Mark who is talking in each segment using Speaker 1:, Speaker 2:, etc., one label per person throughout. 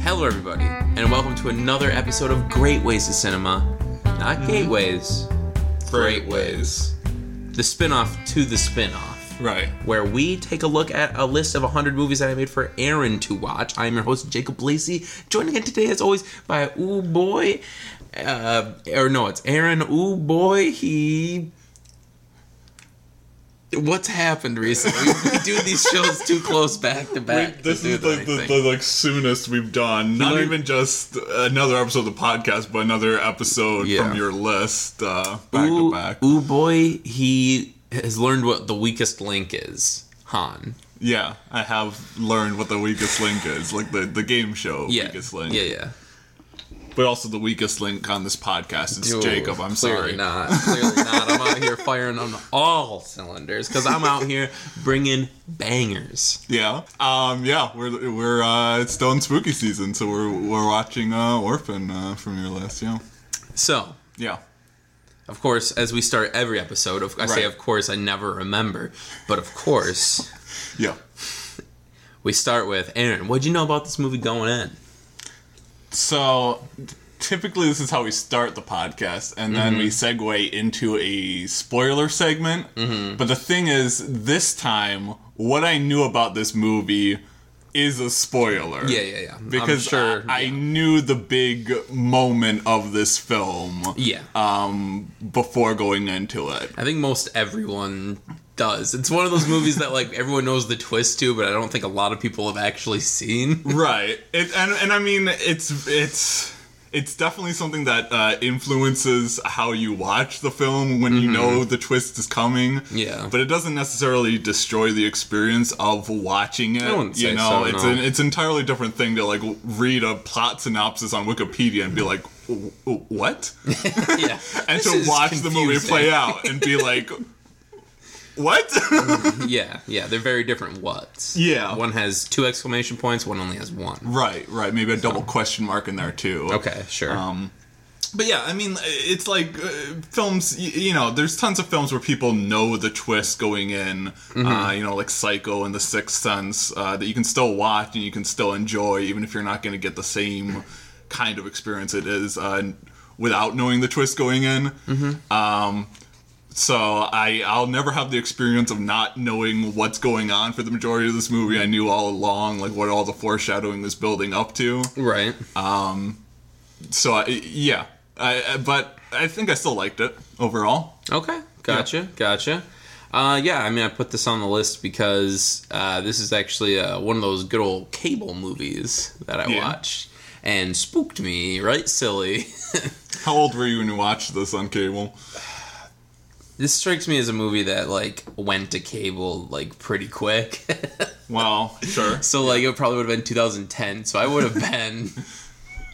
Speaker 1: Hello, everybody, and welcome to another episode of Great Ways to Cinema. Not Gateways,
Speaker 2: Mm-hmm. Great ways.
Speaker 1: the spin off to the spin off,
Speaker 2: Right.
Speaker 1: where we take a look at a list of 100 movies that I made for Aaron to watch. I'm your host, Jacob Lacey, joining in today, as always, by Ooh Boy. Uh, or no, it's Aaron Ooh Boy. He. What's happened recently? we do these shows too close back to back. to
Speaker 2: This
Speaker 1: do
Speaker 2: is
Speaker 1: the
Speaker 2: like
Speaker 1: right
Speaker 2: the,
Speaker 1: thing.
Speaker 2: the like soonest we've done. Not
Speaker 1: learned-
Speaker 2: even just another episode of the podcast, but another episode
Speaker 1: Yeah.
Speaker 2: from your list uh, back
Speaker 1: ooh,
Speaker 2: to back.
Speaker 1: ooh boy, he has learned what the weakest link is. Han.
Speaker 2: Yeah, I have learned what the weakest link is, like the, the game show
Speaker 1: Yeah.
Speaker 2: weakest link,
Speaker 1: Yeah, yeah.
Speaker 2: but also the weakest link on this podcast. It's
Speaker 1: Dude,
Speaker 2: Jacob. I'm
Speaker 1: clearly
Speaker 2: sorry.
Speaker 1: Not. Clearly not. I'm out here firing on all cylinders because I'm out here bringing bangers.
Speaker 2: Yeah, um, yeah, we're we're uh, it's still in spooky season, so we're we're watching uh, Orphan uh, from your list. Yeah,
Speaker 1: So,
Speaker 2: yeah.
Speaker 1: of course, as we start every episode, of, I say,
Speaker 2: Right.
Speaker 1: of course, I never remember, but of course,
Speaker 2: Yeah.
Speaker 1: we start with Aaron. What'd you know about this movie going in?
Speaker 2: So typically this is how we start the podcast and then we
Speaker 1: Mm-hmm.
Speaker 2: segue into a spoiler segment. But the thing is this time what I knew about this movie is a spoiler.
Speaker 1: Yeah, yeah, yeah. I'm
Speaker 2: Because
Speaker 1: sure-
Speaker 2: I, I
Speaker 1: yeah.
Speaker 2: knew the big moment of this film
Speaker 1: Yeah.
Speaker 2: um, before going into it.
Speaker 1: I think most everyone does. It's one of those movies that like everyone knows the twist to, but I don't think a lot of people have actually seen.
Speaker 2: right it, and, and i mean it's it's it's definitely something that uh, influences how you watch the film when you know the twist is coming
Speaker 1: Yeah.
Speaker 2: but it doesn't necessarily destroy the experience of watching it
Speaker 1: wouldn't
Speaker 2: you
Speaker 1: say so,
Speaker 2: know it's
Speaker 1: no.
Speaker 2: an it's an entirely different thing to like w- read a plot synopsis on wikipedia and be like "W- w- what
Speaker 1: yeah.
Speaker 2: and
Speaker 1: This is
Speaker 2: to watch the movie
Speaker 1: confusing.
Speaker 2: play out and be like what
Speaker 1: Yeah, yeah, they're very different whats.
Speaker 2: Yeah.
Speaker 1: One has two exclamation points, one only has one.
Speaker 2: right right maybe a double question mark in there too
Speaker 1: Okay, sure.
Speaker 2: Um, But yeah, I mean, it's like uh, films. y- You know, there's tons of films where people know the twist going in. Uh, you know, like Psycho and The Sixth Sense, uh, that you can still watch and you can still enjoy, even if you're not going to get the same kind of experience it is uh, without knowing the twist going in. Um, so I I'll never have the experience of not knowing what's going on for the majority of this movie. I knew all along, like what all the foreshadowing was building up to
Speaker 1: right.
Speaker 2: so I, yeah I, I- but i think i still liked it overall
Speaker 1: Okay, gotcha, gotcha. Uh, yeah, I mean, I put this on the list because uh, this is actually uh, one of those good old cable movies that I
Speaker 2: Yeah.
Speaker 1: watched and spooked me, right, silly?
Speaker 2: how old were you when you watched this on cable
Speaker 1: This strikes me as a movie that like went to cable like pretty quick.
Speaker 2: well sure
Speaker 1: so like it probably would have been 2010. So I would have been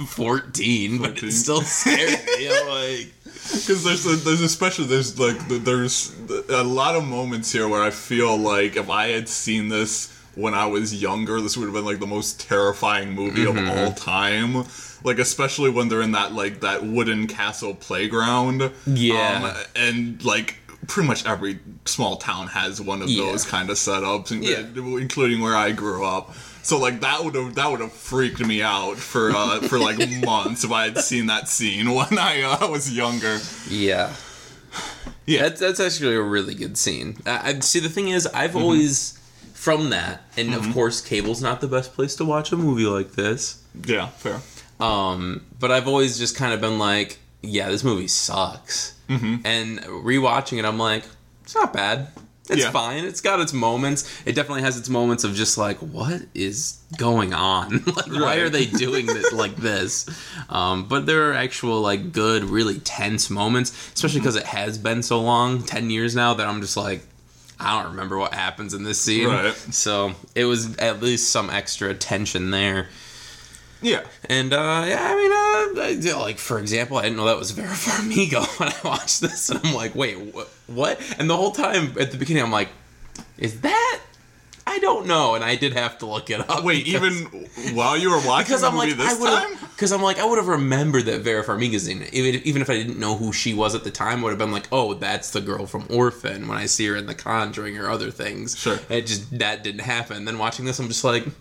Speaker 1: 14, but it
Speaker 2: 14.
Speaker 1: still scared me. I'm like,
Speaker 2: because there's a, there's especially there's like th- there's a lot of moments here where i feel like if i had seen this when i was younger this would have been like the most terrifying movie of
Speaker 1: Mm-hmm.
Speaker 2: all time like especially when they're in that like that wooden castle playground
Speaker 1: Yeah.
Speaker 2: um, and like pretty much every small town has one of
Speaker 1: Yeah.
Speaker 2: those kind of setups in-
Speaker 1: Yeah.
Speaker 2: including where i grew up so like that would have that would have freaked me out for uh, for like months if I had seen that scene when I uh, was younger.
Speaker 1: yeah,
Speaker 2: Yeah.
Speaker 1: That's that's actually a really good scene. I, I see. The thing is, I've always from that, and of course, cable's not the best place to watch a movie like this.
Speaker 2: Yeah, fair.
Speaker 1: Um, but I've always just kind of been like, yeah, this movie sucks. Mm-hmm. And rewatching it, I'm like, it's not bad. It's
Speaker 2: Yeah.
Speaker 1: fine. It's got its moments. It definitely has its moments of just like, what is going on? like, why
Speaker 2: Right.
Speaker 1: are they doing this like this? Um, but there are actual like good, really tense moments,
Speaker 2: Mm-hmm.
Speaker 1: especially because it has been so long, ten years now, that I'm just like, I don't remember what happens in this scene.
Speaker 2: Right.
Speaker 1: So it was at least some extra tension there.
Speaker 2: Yeah.
Speaker 1: And uh, yeah, I mean, uh, I- yeah, like for example, I didn't know that was Vera Farmiga when I watched this, and I'm like, wait, wh- what? And the whole time at the beginning, I'm like, is that? I don't know, and I did have to look it up.
Speaker 2: Wait,
Speaker 1: Uh, because-
Speaker 2: even while you were watching
Speaker 1: because
Speaker 2: the
Speaker 1: I'm
Speaker 2: movie
Speaker 1: like, I
Speaker 2: this
Speaker 1: would
Speaker 2: time,
Speaker 1: because I'm like, I would have remembered that Vera Farmiga's in it, even, even if I didn't know who she was at the time. I would have been like, oh, that's the girl from Orphan when I see her in The Conjuring or other things.
Speaker 2: Sure.
Speaker 1: it just that didn't happen. Then watching this, I'm just like,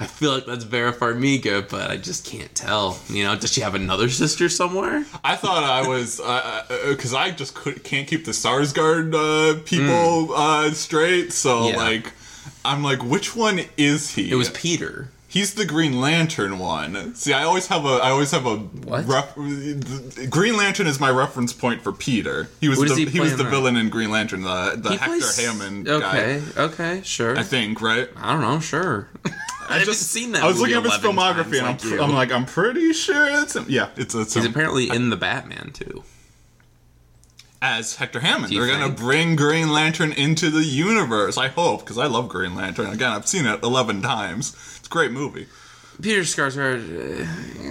Speaker 1: I feel like that's Vera Farmiga, but I just can't tell. You know, does she have another sister somewhere?
Speaker 2: I thought I was uh, because I just could, can't keep the Sarsgaard uh, people uh, straight. So
Speaker 1: Mm. Yeah.
Speaker 2: like, I'm like, which one is he?
Speaker 1: It was Peter.
Speaker 2: He's the Green Lantern one. See, I always have a I always have a
Speaker 1: What?
Speaker 2: ref- Green Lantern is my reference point for Peter. He was
Speaker 1: What
Speaker 2: the
Speaker 1: does
Speaker 2: he,
Speaker 1: he
Speaker 2: was
Speaker 1: play
Speaker 2: the
Speaker 1: in that?
Speaker 2: villain in Green Lantern, the the
Speaker 1: He
Speaker 2: Hector
Speaker 1: plays-
Speaker 2: Hammond guy.
Speaker 1: Okay, okay, sure.
Speaker 2: I think right.
Speaker 1: I don't know, sure. I haven't seen that.
Speaker 2: I was
Speaker 1: movie
Speaker 2: looking up his
Speaker 1: 11
Speaker 2: filmography, and I'm,
Speaker 1: times like
Speaker 2: pr-
Speaker 1: you.
Speaker 2: I'm like, I'm pretty sure it's him. Yeah, it's it's
Speaker 1: he's
Speaker 2: him.
Speaker 1: apparently in the Batman too.
Speaker 2: as Hector Hammond.
Speaker 1: you
Speaker 2: They're gonna
Speaker 1: think?
Speaker 2: bring Green Lantern into the universe. I hope because I love Green Lantern. Again, I've seen it eleven times. It's a great movie.
Speaker 1: Peter Skarsgård,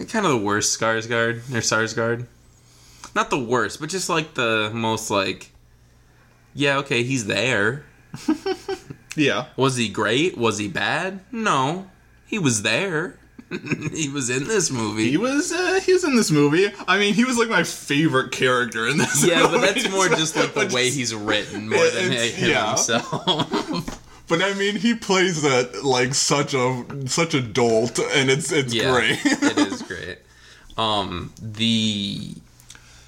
Speaker 1: uh, kind of the worst Skarsgård or Sarsgaard. Not the worst, but just like the most like, yeah, okay, he's there.
Speaker 2: Yeah,
Speaker 1: Was he great? Was he bad? No, he was there. he was in this movie.
Speaker 2: he was uh, he was in this movie. I mean, he was like my favorite character in this.
Speaker 1: yeah, but
Speaker 2: movie.
Speaker 1: that's more just like the
Speaker 2: But
Speaker 1: way
Speaker 2: just-
Speaker 1: he's written more than
Speaker 2: It's-
Speaker 1: him
Speaker 2: yeah.
Speaker 1: himself.
Speaker 2: But I mean, he plays that like such a such a dolt, and it's it's
Speaker 1: yeah,
Speaker 2: great.
Speaker 1: it is great. Um, the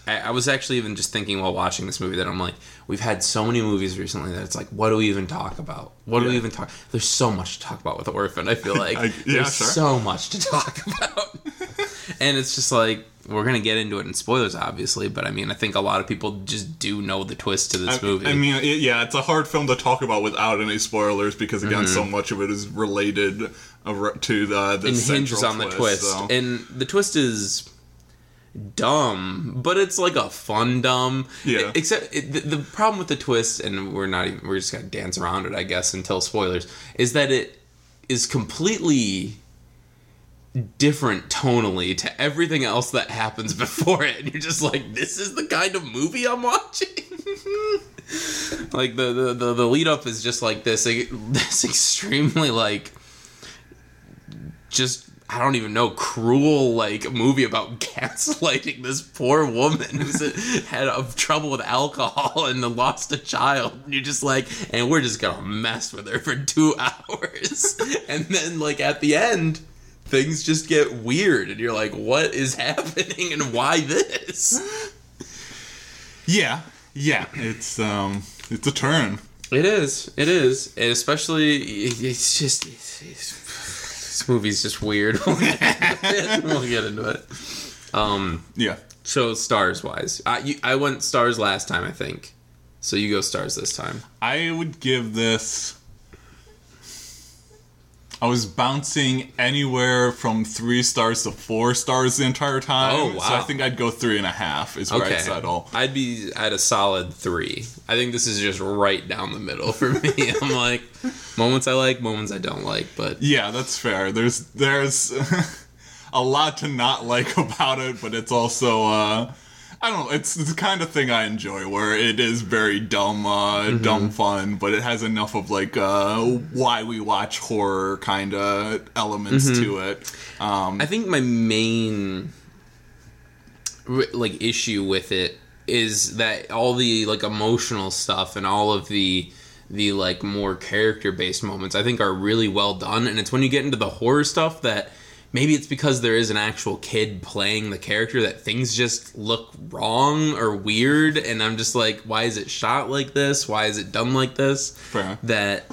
Speaker 1: I, I was actually even just thinking while watching this movie that I'm like, we've had so many movies recently that it's like, what do we even talk about? What do we
Speaker 2: Yeah.
Speaker 1: even talk? There's so much to talk about with Orphan. I feel like
Speaker 2: I- yeah,
Speaker 1: there's
Speaker 2: sure.
Speaker 1: so much to talk about, and it's just like we're gonna get into it in spoilers, obviously. But I mean, I think a lot of people just do know the twist to this movie.
Speaker 2: I mean, it, yeah, it's a hard film to talk about without any spoilers because again,
Speaker 1: Mm-hmm.
Speaker 2: so much of it is related ar- to the the
Speaker 1: and
Speaker 2: central
Speaker 1: hinges on the twist.
Speaker 2: twist. so-
Speaker 1: And the twist is dumb, but it's like a fun dumb. E,
Speaker 2: Yeah.
Speaker 1: Except it, the, the problem with the twist, and we're not even we're just gonna dance around it, I guess, and tell spoilers, is that it is completely different tonally to everything else that happens before it and you're just like this is the kind of movie i'm watching like the, the the the lead up is just like this this extremely like just I don't even know cruel like movie about gaslighting this poor woman who's had of trouble with alcohol and then lost a child. And you're just like, and we're just gonna mess with her for two hours, and then like at the end, things just get weird, and you're like, what is happening and why this?
Speaker 2: Yeah, yeah, it's um, it's a turn.
Speaker 1: It is, it is, and especially it's just it's, it's, this movie's just weird. we'll get into it. Um.
Speaker 2: Yeah,
Speaker 1: So stars wise, I you, I went stars last time, I think. So you go stars this time.
Speaker 2: I would give this. I was bouncing anywhere from three stars to four stars the entire time.
Speaker 1: Oh,
Speaker 2: So I
Speaker 1: wow.
Speaker 2: think I'd go three and a half is where
Speaker 1: Okay,
Speaker 2: I'd settle.
Speaker 1: I'd be at a solid three. I think this is just right down the middle for me. I'm like, moments I like, moments I don't like, but
Speaker 2: Yeah, that's fair. There's there's a lot to not like about it, but it's also uh I don't know, it's the kind of thing I enjoy where it is very dumb uh
Speaker 1: Mm-hmm.
Speaker 2: dumb fun, but it has enough of like uh why we watch horror kind of elements
Speaker 1: Mm-hmm.
Speaker 2: to it. Um
Speaker 1: I think my main r- like issue with it is that all the like emotional stuff and all of the the like more character based moments I think are really well done and it's when you get into the horror stuff that maybe it's because there is an actual kid playing the character that things just look wrong or weird and I'm just like why is it shot like this why is it done like this
Speaker 2: Fair.
Speaker 1: that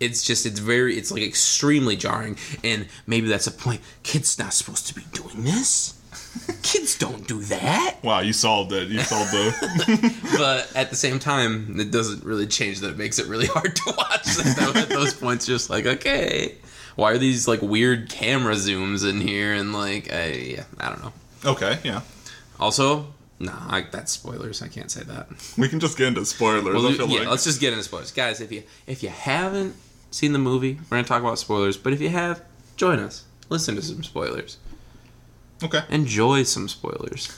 Speaker 1: it's just it's very it's like extremely jarring and maybe that's a point kids not supposed to be doing this kids don't do that
Speaker 2: Wow, you solved it. You solved the
Speaker 1: but at the same time it doesn't really change that it makes it really hard to watch that at those points you're just like okay why are these like weird camera zooms in here and like I, yeah, I don't know
Speaker 2: Okay, yeah.
Speaker 1: also nah I, that's spoilers I can't say that
Speaker 2: We can just get into spoilers.
Speaker 1: Well,
Speaker 2: I feel
Speaker 1: yeah,
Speaker 2: like
Speaker 1: let's just get into spoilers, guys. If you if you haven't seen the movie, we're gonna talk about spoilers. But if you have, join us. Listen to some spoilers.
Speaker 2: Okay.
Speaker 1: Enjoy some spoilers.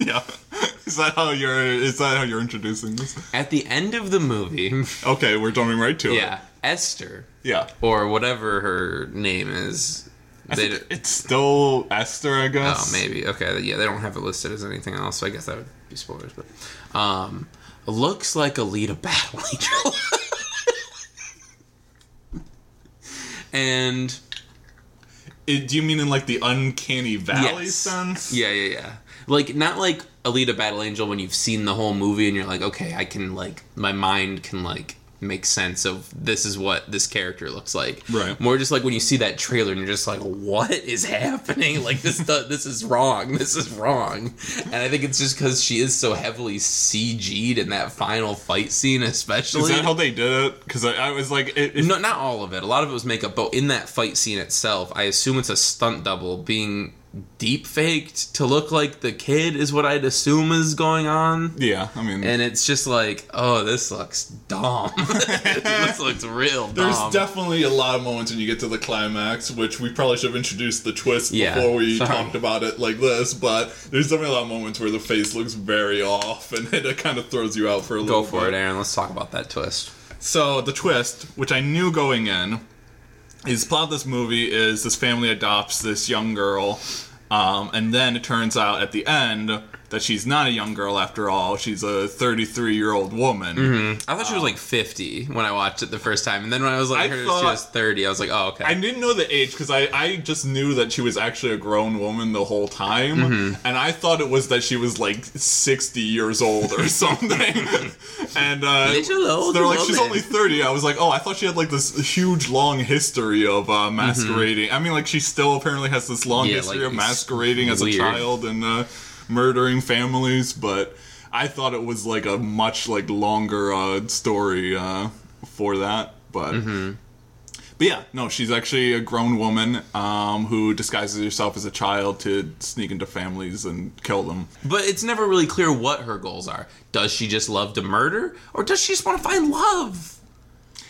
Speaker 2: Yeah. Is that how you're is that how you're introducing this?
Speaker 1: At the end of the movie,
Speaker 2: Okay, we're jumping right to it.
Speaker 1: yeah, Esther
Speaker 2: Yeah.
Speaker 1: or whatever her name is. They,
Speaker 2: It's- it's still Esther, I
Speaker 1: oh,
Speaker 2: guess.
Speaker 1: maybe okay. Yeah, they don't have it listed as anything else, so I guess that would be spoilers. But um, looks like Alita Battle Angel, and
Speaker 2: It, do you mean in like the uncanny valley
Speaker 1: Yes.
Speaker 2: sense?
Speaker 1: Yeah, yeah, yeah. Like not like Alita Battle Angel when you've seen the whole movie and you're like, okay, I can like my mind can like make sense of this is what this character looks like.
Speaker 2: Right.
Speaker 1: More just like when you see that trailer and you're just like, what is happening? Like this do- this is wrong. This is wrong. And I think it's just because she is so heavily CG'd in that final fight scene, especially.
Speaker 2: Is that how they did it? Because I, I was like, it, it,
Speaker 1: No, not all of it. A lot of it was makeup, but in that fight scene itself, I assume it's a stunt double being deep faked to look like the kid is what I'd assume is going on.
Speaker 2: yeah, I mean,
Speaker 1: And it's just like, oh, this looks dumb. this looks real dumb.
Speaker 2: There's definitely a lot of moments when you get to the climax, which we probably should have introduced the twist
Speaker 1: Yeah,
Speaker 2: before we
Speaker 1: sorry.
Speaker 2: talked about it like this, but there's definitely a lot of moments where the face looks very off and it kind of throws you out for a little
Speaker 1: Go for
Speaker 2: bit.
Speaker 1: it, Aaron. Let's talk about that twist.
Speaker 2: So the twist, which I knew going in, is plot of this movie is this family adopts this young girl, um, and then it turns out at the end that she's not a young girl after all. She's a 33 year old woman.
Speaker 1: I thought she was like 50 when I watched it the first time, and then when I was like,
Speaker 2: I
Speaker 1: heard she
Speaker 2: thought-
Speaker 1: was 30, I was like, oh, okay.
Speaker 2: I didn't know the age because I, I just knew that she was actually a grown woman the whole time,
Speaker 1: Mm-hmm.
Speaker 2: and I thought it was that she was like sixty years old or something. and uh,
Speaker 1: Little old
Speaker 2: they're like, she's
Speaker 1: woman."
Speaker 2: only thirty. I was like, oh, I thought she had like this huge long history of uh, masquerading. I mean, like she still apparently has this long
Speaker 1: Mm-hmm. Yeah,
Speaker 2: history
Speaker 1: like,
Speaker 2: of
Speaker 1: it's
Speaker 2: masquerading as
Speaker 1: weird.
Speaker 2: a child and uh, murdering families, but. I thought it was like a much like longer uh, story uh, for that, but but yeah, no, she's actually a grown woman um, who disguises herself as a child to sneak into families and kill them.
Speaker 1: But it's never really clear what her goals are. Does she just love to murder, or does she just want to find love?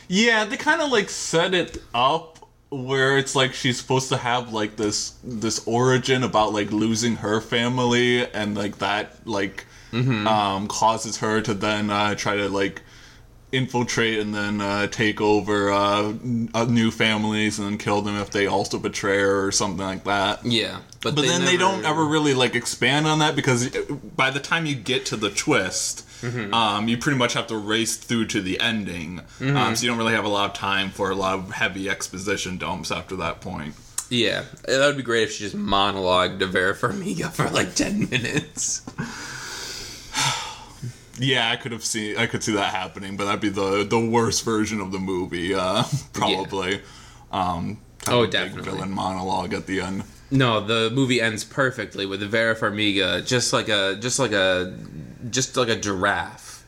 Speaker 2: Yeah, they kind of like set it up where it's like she's supposed to have like this this origin about like losing her family and like that like um, causes her to then uh, try to like infiltrate and then uh, take over uh, n- uh, new families and then kill them if they also betray her or something like that.
Speaker 1: Yeah,
Speaker 2: But then they don't ever really like expand on that because by the time you get to the twist,
Speaker 1: Mm-hmm.
Speaker 2: um, you pretty much have to race through to the ending. Um, so
Speaker 1: Mm-hmm.
Speaker 2: you don't really have a lot of time for a lot of heavy exposition dumps after that point.
Speaker 1: Yeah, that would be great if she just monologued to Vera Farmiga for like ten minutes.
Speaker 2: Yeah, I could have seen I could see that happening, but that'd be the the worst version of the movie, uh, probably. Um, kind
Speaker 1: Oh,
Speaker 2: of a big
Speaker 1: definitely.
Speaker 2: villain monologue at the end.
Speaker 1: No, the movie ends perfectly with Vera Farmiga just like a just like a just like a giraffe,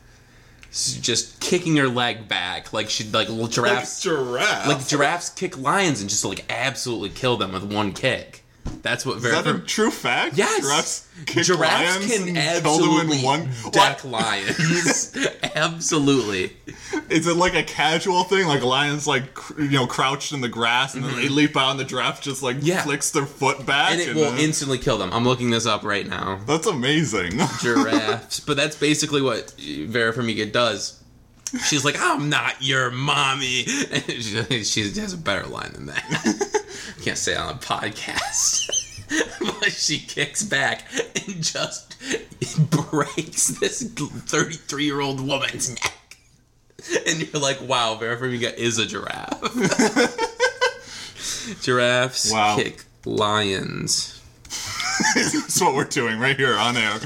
Speaker 1: s- just kicking her leg back like she like little giraffes
Speaker 2: giraffe.
Speaker 1: like giraffes kick lions and just like absolutely kill them with one kick. That's what Vera.
Speaker 2: Is that a
Speaker 1: Farmiga-
Speaker 2: true fact?
Speaker 1: Yes.
Speaker 2: Giraffes, kick
Speaker 1: Giraffes
Speaker 2: lions
Speaker 1: can
Speaker 2: and kill them in
Speaker 1: absolutely
Speaker 2: one-
Speaker 1: deck lions. absolutely.
Speaker 2: Is it like a casual thing? Like lions, like cr- you know, crouched in the grass, and then they leap out, and the giraffe just like
Speaker 1: Mm-hmm. Yeah.
Speaker 2: flicks their foot back,
Speaker 1: And it will
Speaker 2: then-
Speaker 1: instantly kill them. I'm looking this up right now.
Speaker 2: that's amazing.
Speaker 1: Giraffes. but that's basically what Vera Farmiga does. She's like, I'm not your mommy. And she, she has a better line than that. Can't say it on a podcast. but she kicks back and just breaks this 33 year old woman's neck. And you're like, wow, Vera Farmiga is a giraffe. Giraffes
Speaker 2: Wow.
Speaker 1: kick lions.
Speaker 2: that's what we're doing right here on air.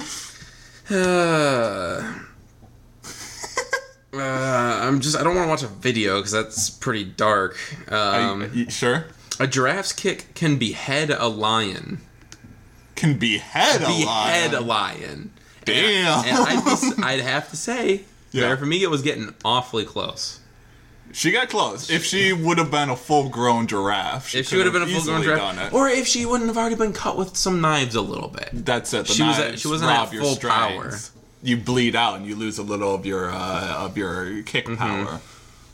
Speaker 1: Uh, uh, I'm just. I don't want to watch a video because that's pretty dark. Um,
Speaker 2: Y- sure,
Speaker 1: a giraffe's kick can behead a lion.
Speaker 2: can behead a
Speaker 1: Behead
Speaker 2: lion.
Speaker 1: a lion.
Speaker 2: Damn.
Speaker 1: And I'd, be s- I'd have to say,
Speaker 2: Yeah.
Speaker 1: Vera Farmiga was getting awfully close.
Speaker 2: she got close. If she would have been a full-grown giraffe,
Speaker 1: If she
Speaker 2: could
Speaker 1: would have been a full grown
Speaker 2: easily done
Speaker 1: giraffe,
Speaker 2: it.
Speaker 1: or if she wouldn't have already been cut with some knives a little bit.
Speaker 2: that's it. The
Speaker 1: she was at-
Speaker 2: knives
Speaker 1: she wasn't at
Speaker 2: rob your
Speaker 1: full
Speaker 2: strength.
Speaker 1: power.
Speaker 2: You bleed out, and you lose a little of your uh, of your kick
Speaker 1: Mm-hmm.
Speaker 2: power.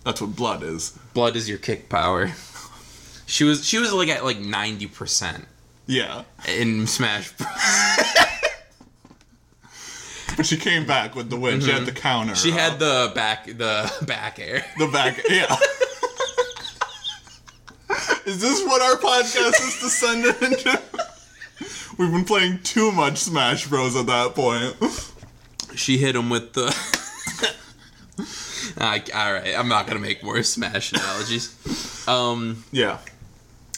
Speaker 2: That's what blood is.
Speaker 1: Blood is your kick power. She was she was like at like ninety percent
Speaker 2: Yeah.
Speaker 1: in Smash Bros.
Speaker 2: But she came back with the win. She had the counter.
Speaker 1: Mm-hmm. She
Speaker 2: uh,
Speaker 1: had the back the back air.
Speaker 2: the back. Yeah. is this what our podcast is descended into? We've been playing too much Smash Bros. at that point.
Speaker 1: She hit him with the. I, all right, I'm not gonna make more Smash analogies. Um,
Speaker 2: Yeah.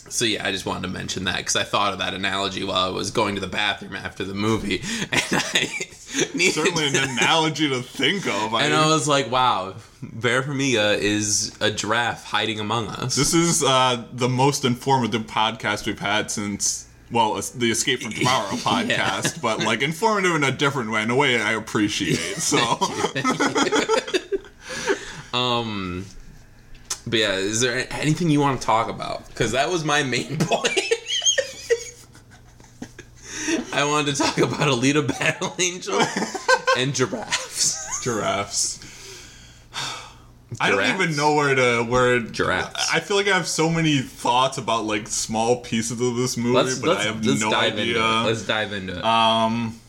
Speaker 1: So yeah, I just wanted to mention that because I thought of that analogy while I was going to the bathroom after the movie, and I needed
Speaker 2: Certainly an analogy to think of. I,
Speaker 1: and uh, I was like, wow, Vera Farmiga is a giraffe hiding among us.
Speaker 2: This is uh, the most informative podcast we've had since, well, es- the Escape from Tomorrow podcast, but like informative in a different way, in a way I appreciate. So,
Speaker 1: but yeah, is there anything you want to talk about? Because that was my main point. I wanted to talk about Alita Battle Angel and giraffes.
Speaker 2: giraffes. I don't
Speaker 1: Giraffes?
Speaker 2: even know where to where
Speaker 1: Giraffes.
Speaker 2: I feel like I have so many thoughts about like small pieces of this movie,
Speaker 1: Let's
Speaker 2: but
Speaker 1: let's,
Speaker 2: I have
Speaker 1: let's
Speaker 2: no
Speaker 1: dive
Speaker 2: idea.
Speaker 1: into it. Let's dive into it.
Speaker 2: Um.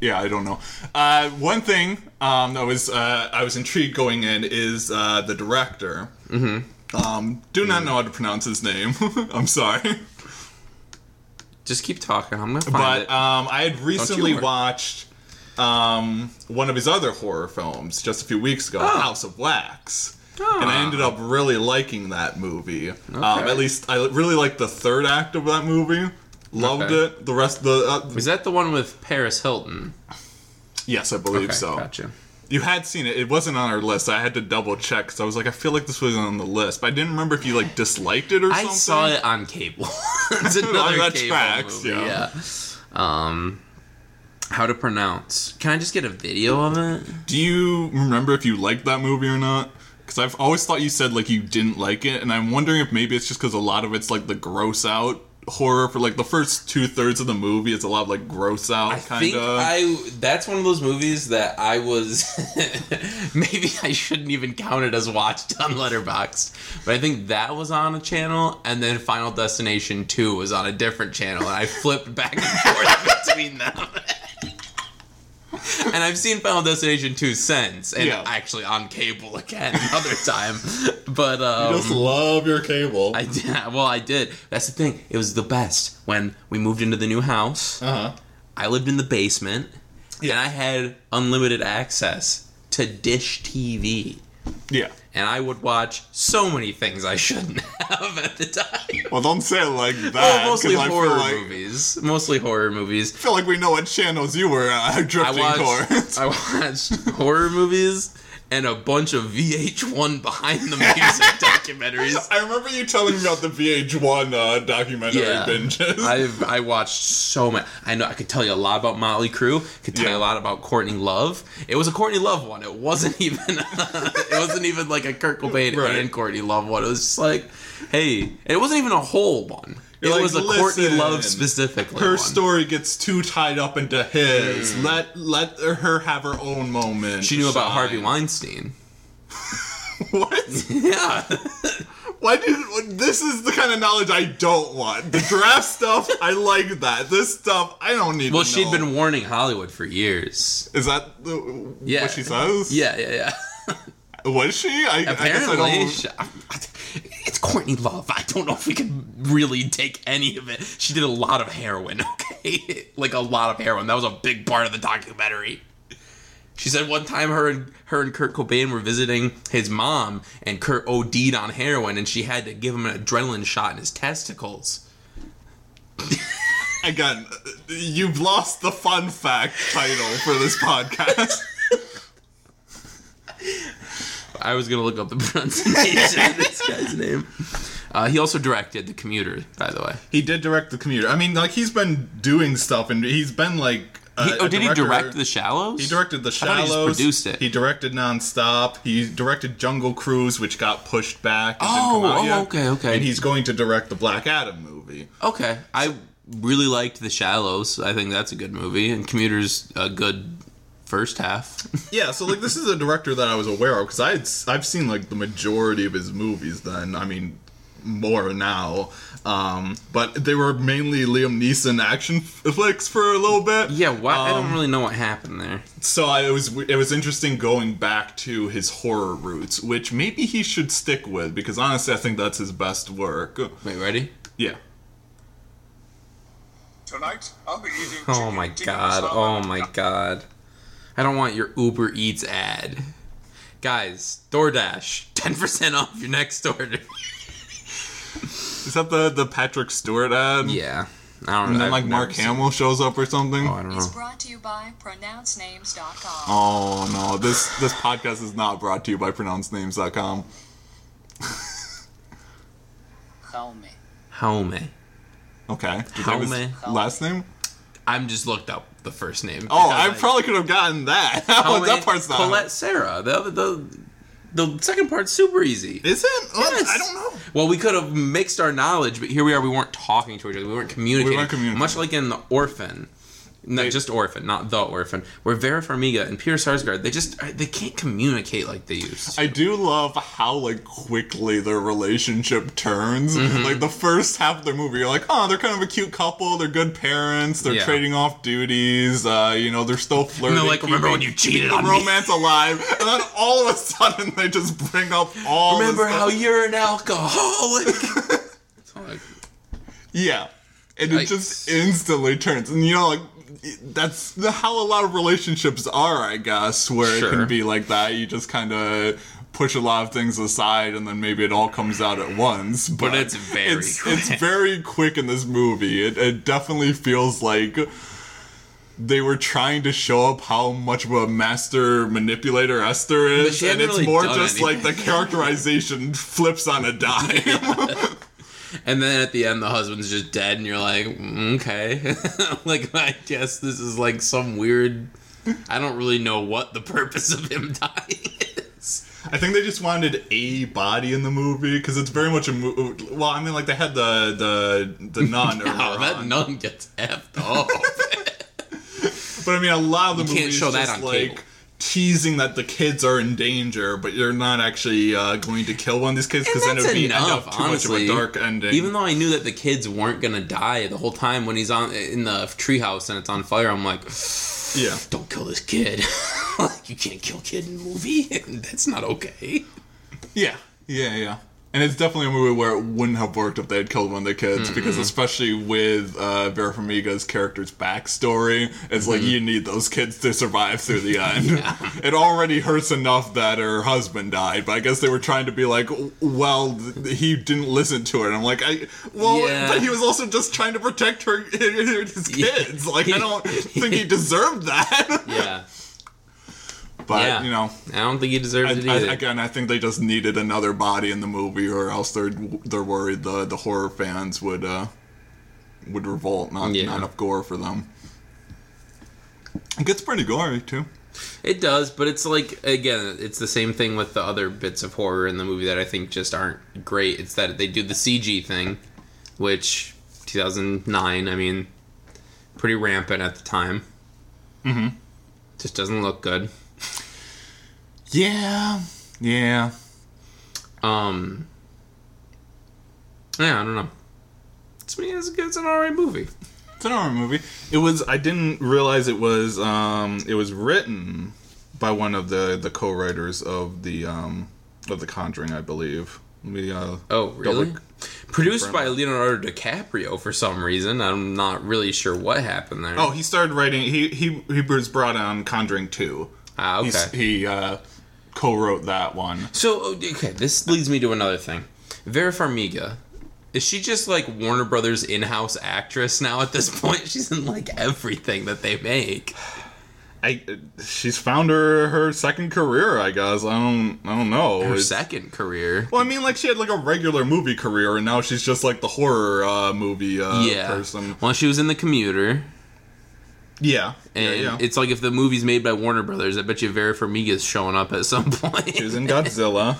Speaker 2: Yeah, I don't know. Uh, one thing um, that was uh, I was intrigued going in is uh, the director. Mm-hmm. Um, do not know how to pronounce his name. I'm sorry,
Speaker 1: Just keep talking. I'm gonna find
Speaker 2: but
Speaker 1: it.
Speaker 2: um, I had recently
Speaker 1: worry.
Speaker 2: watched um, one of his other horror films just a few weeks ago,
Speaker 1: Oh.
Speaker 2: House of Wax. And I
Speaker 1: Ah.
Speaker 2: ended up really liking that movie. Um,
Speaker 1: Okay.
Speaker 2: at least I really liked the third act of that movie. Loved
Speaker 1: Okay.
Speaker 2: it. The rest, the uh,
Speaker 1: Was that the one with Paris Hilton?
Speaker 2: Yes, I believe
Speaker 1: Okay,
Speaker 2: so.
Speaker 1: Gotcha.
Speaker 2: You had seen it. It wasn't on our list. I had to double check because I was like, I feel like this wasn't on the list, but I didn't remember if you like disliked it or
Speaker 1: I
Speaker 2: something.
Speaker 1: saw it on cable. it's another
Speaker 2: that
Speaker 1: cable
Speaker 2: tracks,
Speaker 1: movie.
Speaker 2: yeah.
Speaker 1: Yeah. Um, how to pronounce? Can I just get a video of it?
Speaker 2: Do you remember if you liked that movie or not? Because I've always thought you said like you didn't like it, and I'm wondering if maybe it's just because a lot of it's like the gross out horror for like the first two thirds of the movie. It's a lot of like gross out
Speaker 1: I
Speaker 2: kind
Speaker 1: think
Speaker 2: of.
Speaker 1: I. That's one of those movies that I was. maybe I shouldn't even count it as watched on Letterboxd, but I think that was on a channel, and then Final Destination Two was on a different channel, and I flipped back and forth between them. And I've seen Final Destination 2 since, and
Speaker 2: Yeah.
Speaker 1: actually on cable again another time. But um,
Speaker 2: just love your cable.
Speaker 1: I did, well, I did. That's the thing. It was the best when we moved into the new house.
Speaker 2: uh huh.
Speaker 1: I lived in the basement, and I had unlimited access to Dish TV,
Speaker 2: Yeah.
Speaker 1: and I would watch so many things I shouldn't have at the time.
Speaker 2: Well, don't say it like that.
Speaker 1: Well, mostly
Speaker 2: Uh, 'cause I feel
Speaker 1: horror
Speaker 2: like-
Speaker 1: movies. Mostly horror movies.
Speaker 2: feel like we know what channels you were uh,
Speaker 1: I
Speaker 2: drifting
Speaker 1: watched.
Speaker 2: towards.
Speaker 1: uh, I watched horror movies and a bunch of VH1 behind the music documentaries.
Speaker 2: I remember you telling me about the VH1 uh, documentary
Speaker 1: Yeah.
Speaker 2: binges.
Speaker 1: I've I watched so much. I know I could tell you a lot about Motley Crue. Could tell
Speaker 2: Yeah.
Speaker 1: you a lot about Courtney Love. It was a Courtney Love one. It wasn't even. it wasn't even like a Kurt Cobain
Speaker 2: Right.
Speaker 1: and Courtney Love one. It was just like, hey, it wasn't even a whole one.
Speaker 2: You're
Speaker 1: it
Speaker 2: like,
Speaker 1: was a Courtney
Speaker 2: "Listen,
Speaker 1: Love specifically.
Speaker 2: her
Speaker 1: one. Mm.
Speaker 2: story gets too tied up into his. Let let her have her own moment.
Speaker 1: She knew about
Speaker 2: Shine.
Speaker 1: Harvey Weinstein.
Speaker 2: What?
Speaker 1: Yeah,
Speaker 2: Why did this is the kind of knowledge I don't want. The draft stuff, I like that. This stuff, I don't need.
Speaker 1: well,
Speaker 2: to
Speaker 1: she'd
Speaker 2: know.
Speaker 1: been warning Hollywood for years.
Speaker 2: Is that the,
Speaker 1: Yeah.
Speaker 2: what she says?
Speaker 1: Yeah, yeah, yeah.
Speaker 2: Was she? I, I guess I
Speaker 1: Apparently,
Speaker 2: don't-
Speaker 1: she- I- I- it's Courtney Love. I don't know if we can really take any of it. She did a lot of heroin, okay? like a lot of heroin. That was a big part of the documentary. She said one time her and her and Kurt Cobain were visiting his mom, and Kurt OD'd on heroin, and she had to give him an adrenaline shot in his testicles.
Speaker 2: Again, you've lost the fun fact title for this podcast.
Speaker 1: I was gonna look up the pronunciation of this guy's name. Uh, he also directed The Commuter, by the way.
Speaker 2: He did direct the commuter. I mean, like he's been doing stuff, and he's been like. a-
Speaker 1: He- oh,
Speaker 2: a
Speaker 1: did he
Speaker 2: Uh, director-
Speaker 1: direct The Shallows?
Speaker 2: He directed The
Speaker 1: thought he
Speaker 2: Shallows.
Speaker 1: just produced it.
Speaker 2: He directed Nonstop. He directed Jungle Cruise, which got pushed back. and didn't
Speaker 1: Oh,
Speaker 2: come out
Speaker 1: oh,
Speaker 2: yet.
Speaker 1: okay, okay.
Speaker 2: And he's going to direct the Black Adam movie.
Speaker 1: Okay, I really liked The Shallows. I think that's a good movie, and Commuter's a good first half.
Speaker 2: Yeah, so like this is a director that I was aware of because I had, s- I've seen like the majority of his movies. Then I mean, more now. Um, but they were mainly Liam Neeson action flicks for a little bit.
Speaker 1: yeah, why, I
Speaker 2: Um,
Speaker 1: don't really know what happened there.
Speaker 2: So I, it was it was interesting going back to his horror roots, which maybe he should stick with because honestly, I think that's his best work.
Speaker 1: Wait, ready?
Speaker 2: Yeah.
Speaker 3: Tonight, I'll be eating.
Speaker 1: Oh
Speaker 3: chicken
Speaker 1: my
Speaker 3: tikka
Speaker 1: god!
Speaker 3: masala.
Speaker 1: Oh my god! I don't want your Uber Eats ad. guys, DoorDash, 10% off your next order.
Speaker 2: Is that the the Patrick Stewart ad?
Speaker 1: oh. yeah. I don't know.
Speaker 2: And then
Speaker 1: I've
Speaker 2: like
Speaker 1: never
Speaker 2: Mark
Speaker 1: seen-
Speaker 2: Hamill shows up or something.
Speaker 1: Oh, I don't
Speaker 4: is
Speaker 1: know.
Speaker 4: brought to you by pronouncenames.com.
Speaker 2: Oh no, this this podcast is not brought to you by pronouncenames.com.
Speaker 4: Homie.
Speaker 1: Home.
Speaker 2: Okay. Did I have his
Speaker 1: Helme.
Speaker 2: Last name?
Speaker 1: I'm just looked up the first name.
Speaker 2: Oh,
Speaker 1: because,
Speaker 2: I
Speaker 1: like,
Speaker 2: probably could have gotten that.
Speaker 1: Home,
Speaker 2: that part's not.
Speaker 1: Colette Sarah. The, other the the second part's super easy.
Speaker 2: Is it? Oh,
Speaker 1: Yes.
Speaker 2: I don't know.
Speaker 1: Well, we could have mixed our knowledge, but here we are. We weren't talking to each other. We weren't communicating.
Speaker 2: communicating.
Speaker 1: Much like in The Orphan. No,
Speaker 2: Wait.
Speaker 1: just Orphan, not The Orphan. Where Vera Farmiga and Peter Sarsgaard, they just they can't communicate like they used. to.
Speaker 2: I do love how like quickly their relationship turns.
Speaker 1: Mm-hmm.
Speaker 2: Like the first half of the movie, you're like, oh, they're kind of a cute couple. They're good parents. They're
Speaker 1: Yeah.
Speaker 2: trading off duties. Uh, you know, they're still flirting.
Speaker 1: they're like, "Remember when
Speaker 2: keeping-
Speaker 1: you cheated
Speaker 2: keeping
Speaker 1: on me?"
Speaker 2: romance alive? And then all of a sudden, they just bring up all. this
Speaker 1: Remember
Speaker 2: stuff.
Speaker 1: how you're an alcoholic? It's all like,
Speaker 2: Yeah. And it just
Speaker 1: Yikes.
Speaker 2: instantly turns. And you know, like, that's how a lot of relationships are, I guess, where it
Speaker 1: Sure.
Speaker 2: can be like that. You just kind of push a lot of things aside and then maybe it all comes out at once. But,
Speaker 1: it's very
Speaker 2: it's,
Speaker 1: quick.
Speaker 2: it's very quick in this movie. It, it definitely feels like they were trying to show up how much of a master manipulator Esther
Speaker 1: But
Speaker 2: is.
Speaker 1: she
Speaker 2: And
Speaker 1: hadn't
Speaker 2: it's
Speaker 1: really
Speaker 2: more
Speaker 1: done
Speaker 2: just like the characterization flips on a dime.
Speaker 1: and then at the end, the husband's just dead, and you're like, "Mm, okay, like I guess this is like some weird. I don't really know what the purpose of him dying is.
Speaker 2: I think they just wanted a body in the movie because it's very much a movie. Well, I mean, like they had the the the nun. earlier
Speaker 1: Oh, that
Speaker 2: on.
Speaker 1: nun gets effed off.
Speaker 2: But I mean, a lot of the
Speaker 1: You
Speaker 2: movies
Speaker 1: can't show that
Speaker 2: just
Speaker 1: on
Speaker 2: like
Speaker 1: cable.
Speaker 2: teasing that the kids are in danger, but you're not actually uh, going to kill one of these kids
Speaker 1: And
Speaker 2: because then it
Speaker 1: that's
Speaker 2: would be
Speaker 1: enough,
Speaker 2: end up too
Speaker 1: honestly.
Speaker 2: much of a dark ending.
Speaker 1: Even though I knew that the kids weren't gonna die the whole time when he's on in the treehouse and it's on fire, I'm like,
Speaker 2: yeah,
Speaker 1: don't kill this kid. like you can't kill kid in a movie. That's not okay.
Speaker 2: yeah, yeah, yeah. And it's definitely a movie where it wouldn't have worked if they had killed one of the kids,
Speaker 1: Mm-hmm.
Speaker 2: because especially with uh, Vera Farmiga's character's backstory, it's like
Speaker 1: Mm-hmm.
Speaker 2: you need those kids to survive through the end. It already hurts enough that her husband died, but I guess they were trying to be like, well, th- he didn't listen to it. And I'm like, I well,
Speaker 1: Yeah.
Speaker 2: but he was also just trying to protect her his kids. Like I don't think he deserved that.
Speaker 1: Yeah.
Speaker 2: But
Speaker 1: yeah.
Speaker 2: you know.
Speaker 1: I don't think he deserves it
Speaker 2: I,
Speaker 1: either.
Speaker 2: I, again, I think they just needed another body in the movie, or else they're they're worried the the horror fans would uh, would revolt. Not
Speaker 1: Yeah.
Speaker 2: not enough gore for them. It gets pretty gory too.
Speaker 1: It does, but it's like again, it's the same thing with the other bits of horror in the movie that I think just aren't great. It's that they do the CG thing, which 2009, I mean, pretty rampant at the time. Mm-hmm. Just doesn't look good.
Speaker 2: Yeah, yeah.
Speaker 1: Um, yeah, I don't know. It's, it's, it's an alright movie.
Speaker 2: It's an horror movie. It was. I didn't realize it was. Um, it was written by one of the the co-writers of the um of the Conjuring, I believe. Let me. Uh,
Speaker 1: Oh, really?
Speaker 2: double-
Speaker 1: Produced by Leonardo DiCaprio for some reason. I'm not really sure what happened there.
Speaker 2: Oh, he started writing. He he he was brought on Conjuring two.
Speaker 1: ah, okay.
Speaker 2: He's- He uh, co-wrote that one.
Speaker 1: So okay, this leads me to another thing. Vera Farmiga, is she just like Warner Brothers in-house actress now at this point? She's in like everything that they make.
Speaker 2: I she's found her her second career, I guess. I don't I don't know.
Speaker 1: Her
Speaker 2: It's-
Speaker 1: second career.
Speaker 2: well, I mean, like she had like a regular movie career, and now she's just like the horror uh, movie uh,
Speaker 1: yeah.
Speaker 2: person.
Speaker 1: Well, she was in the commuter,
Speaker 2: Yeah, yeah,
Speaker 1: and
Speaker 2: yeah.
Speaker 1: it's like if the movie's made by Warner Brothers, I bet you Vera Farmiga's showing up at some point.
Speaker 2: she was in Godzilla.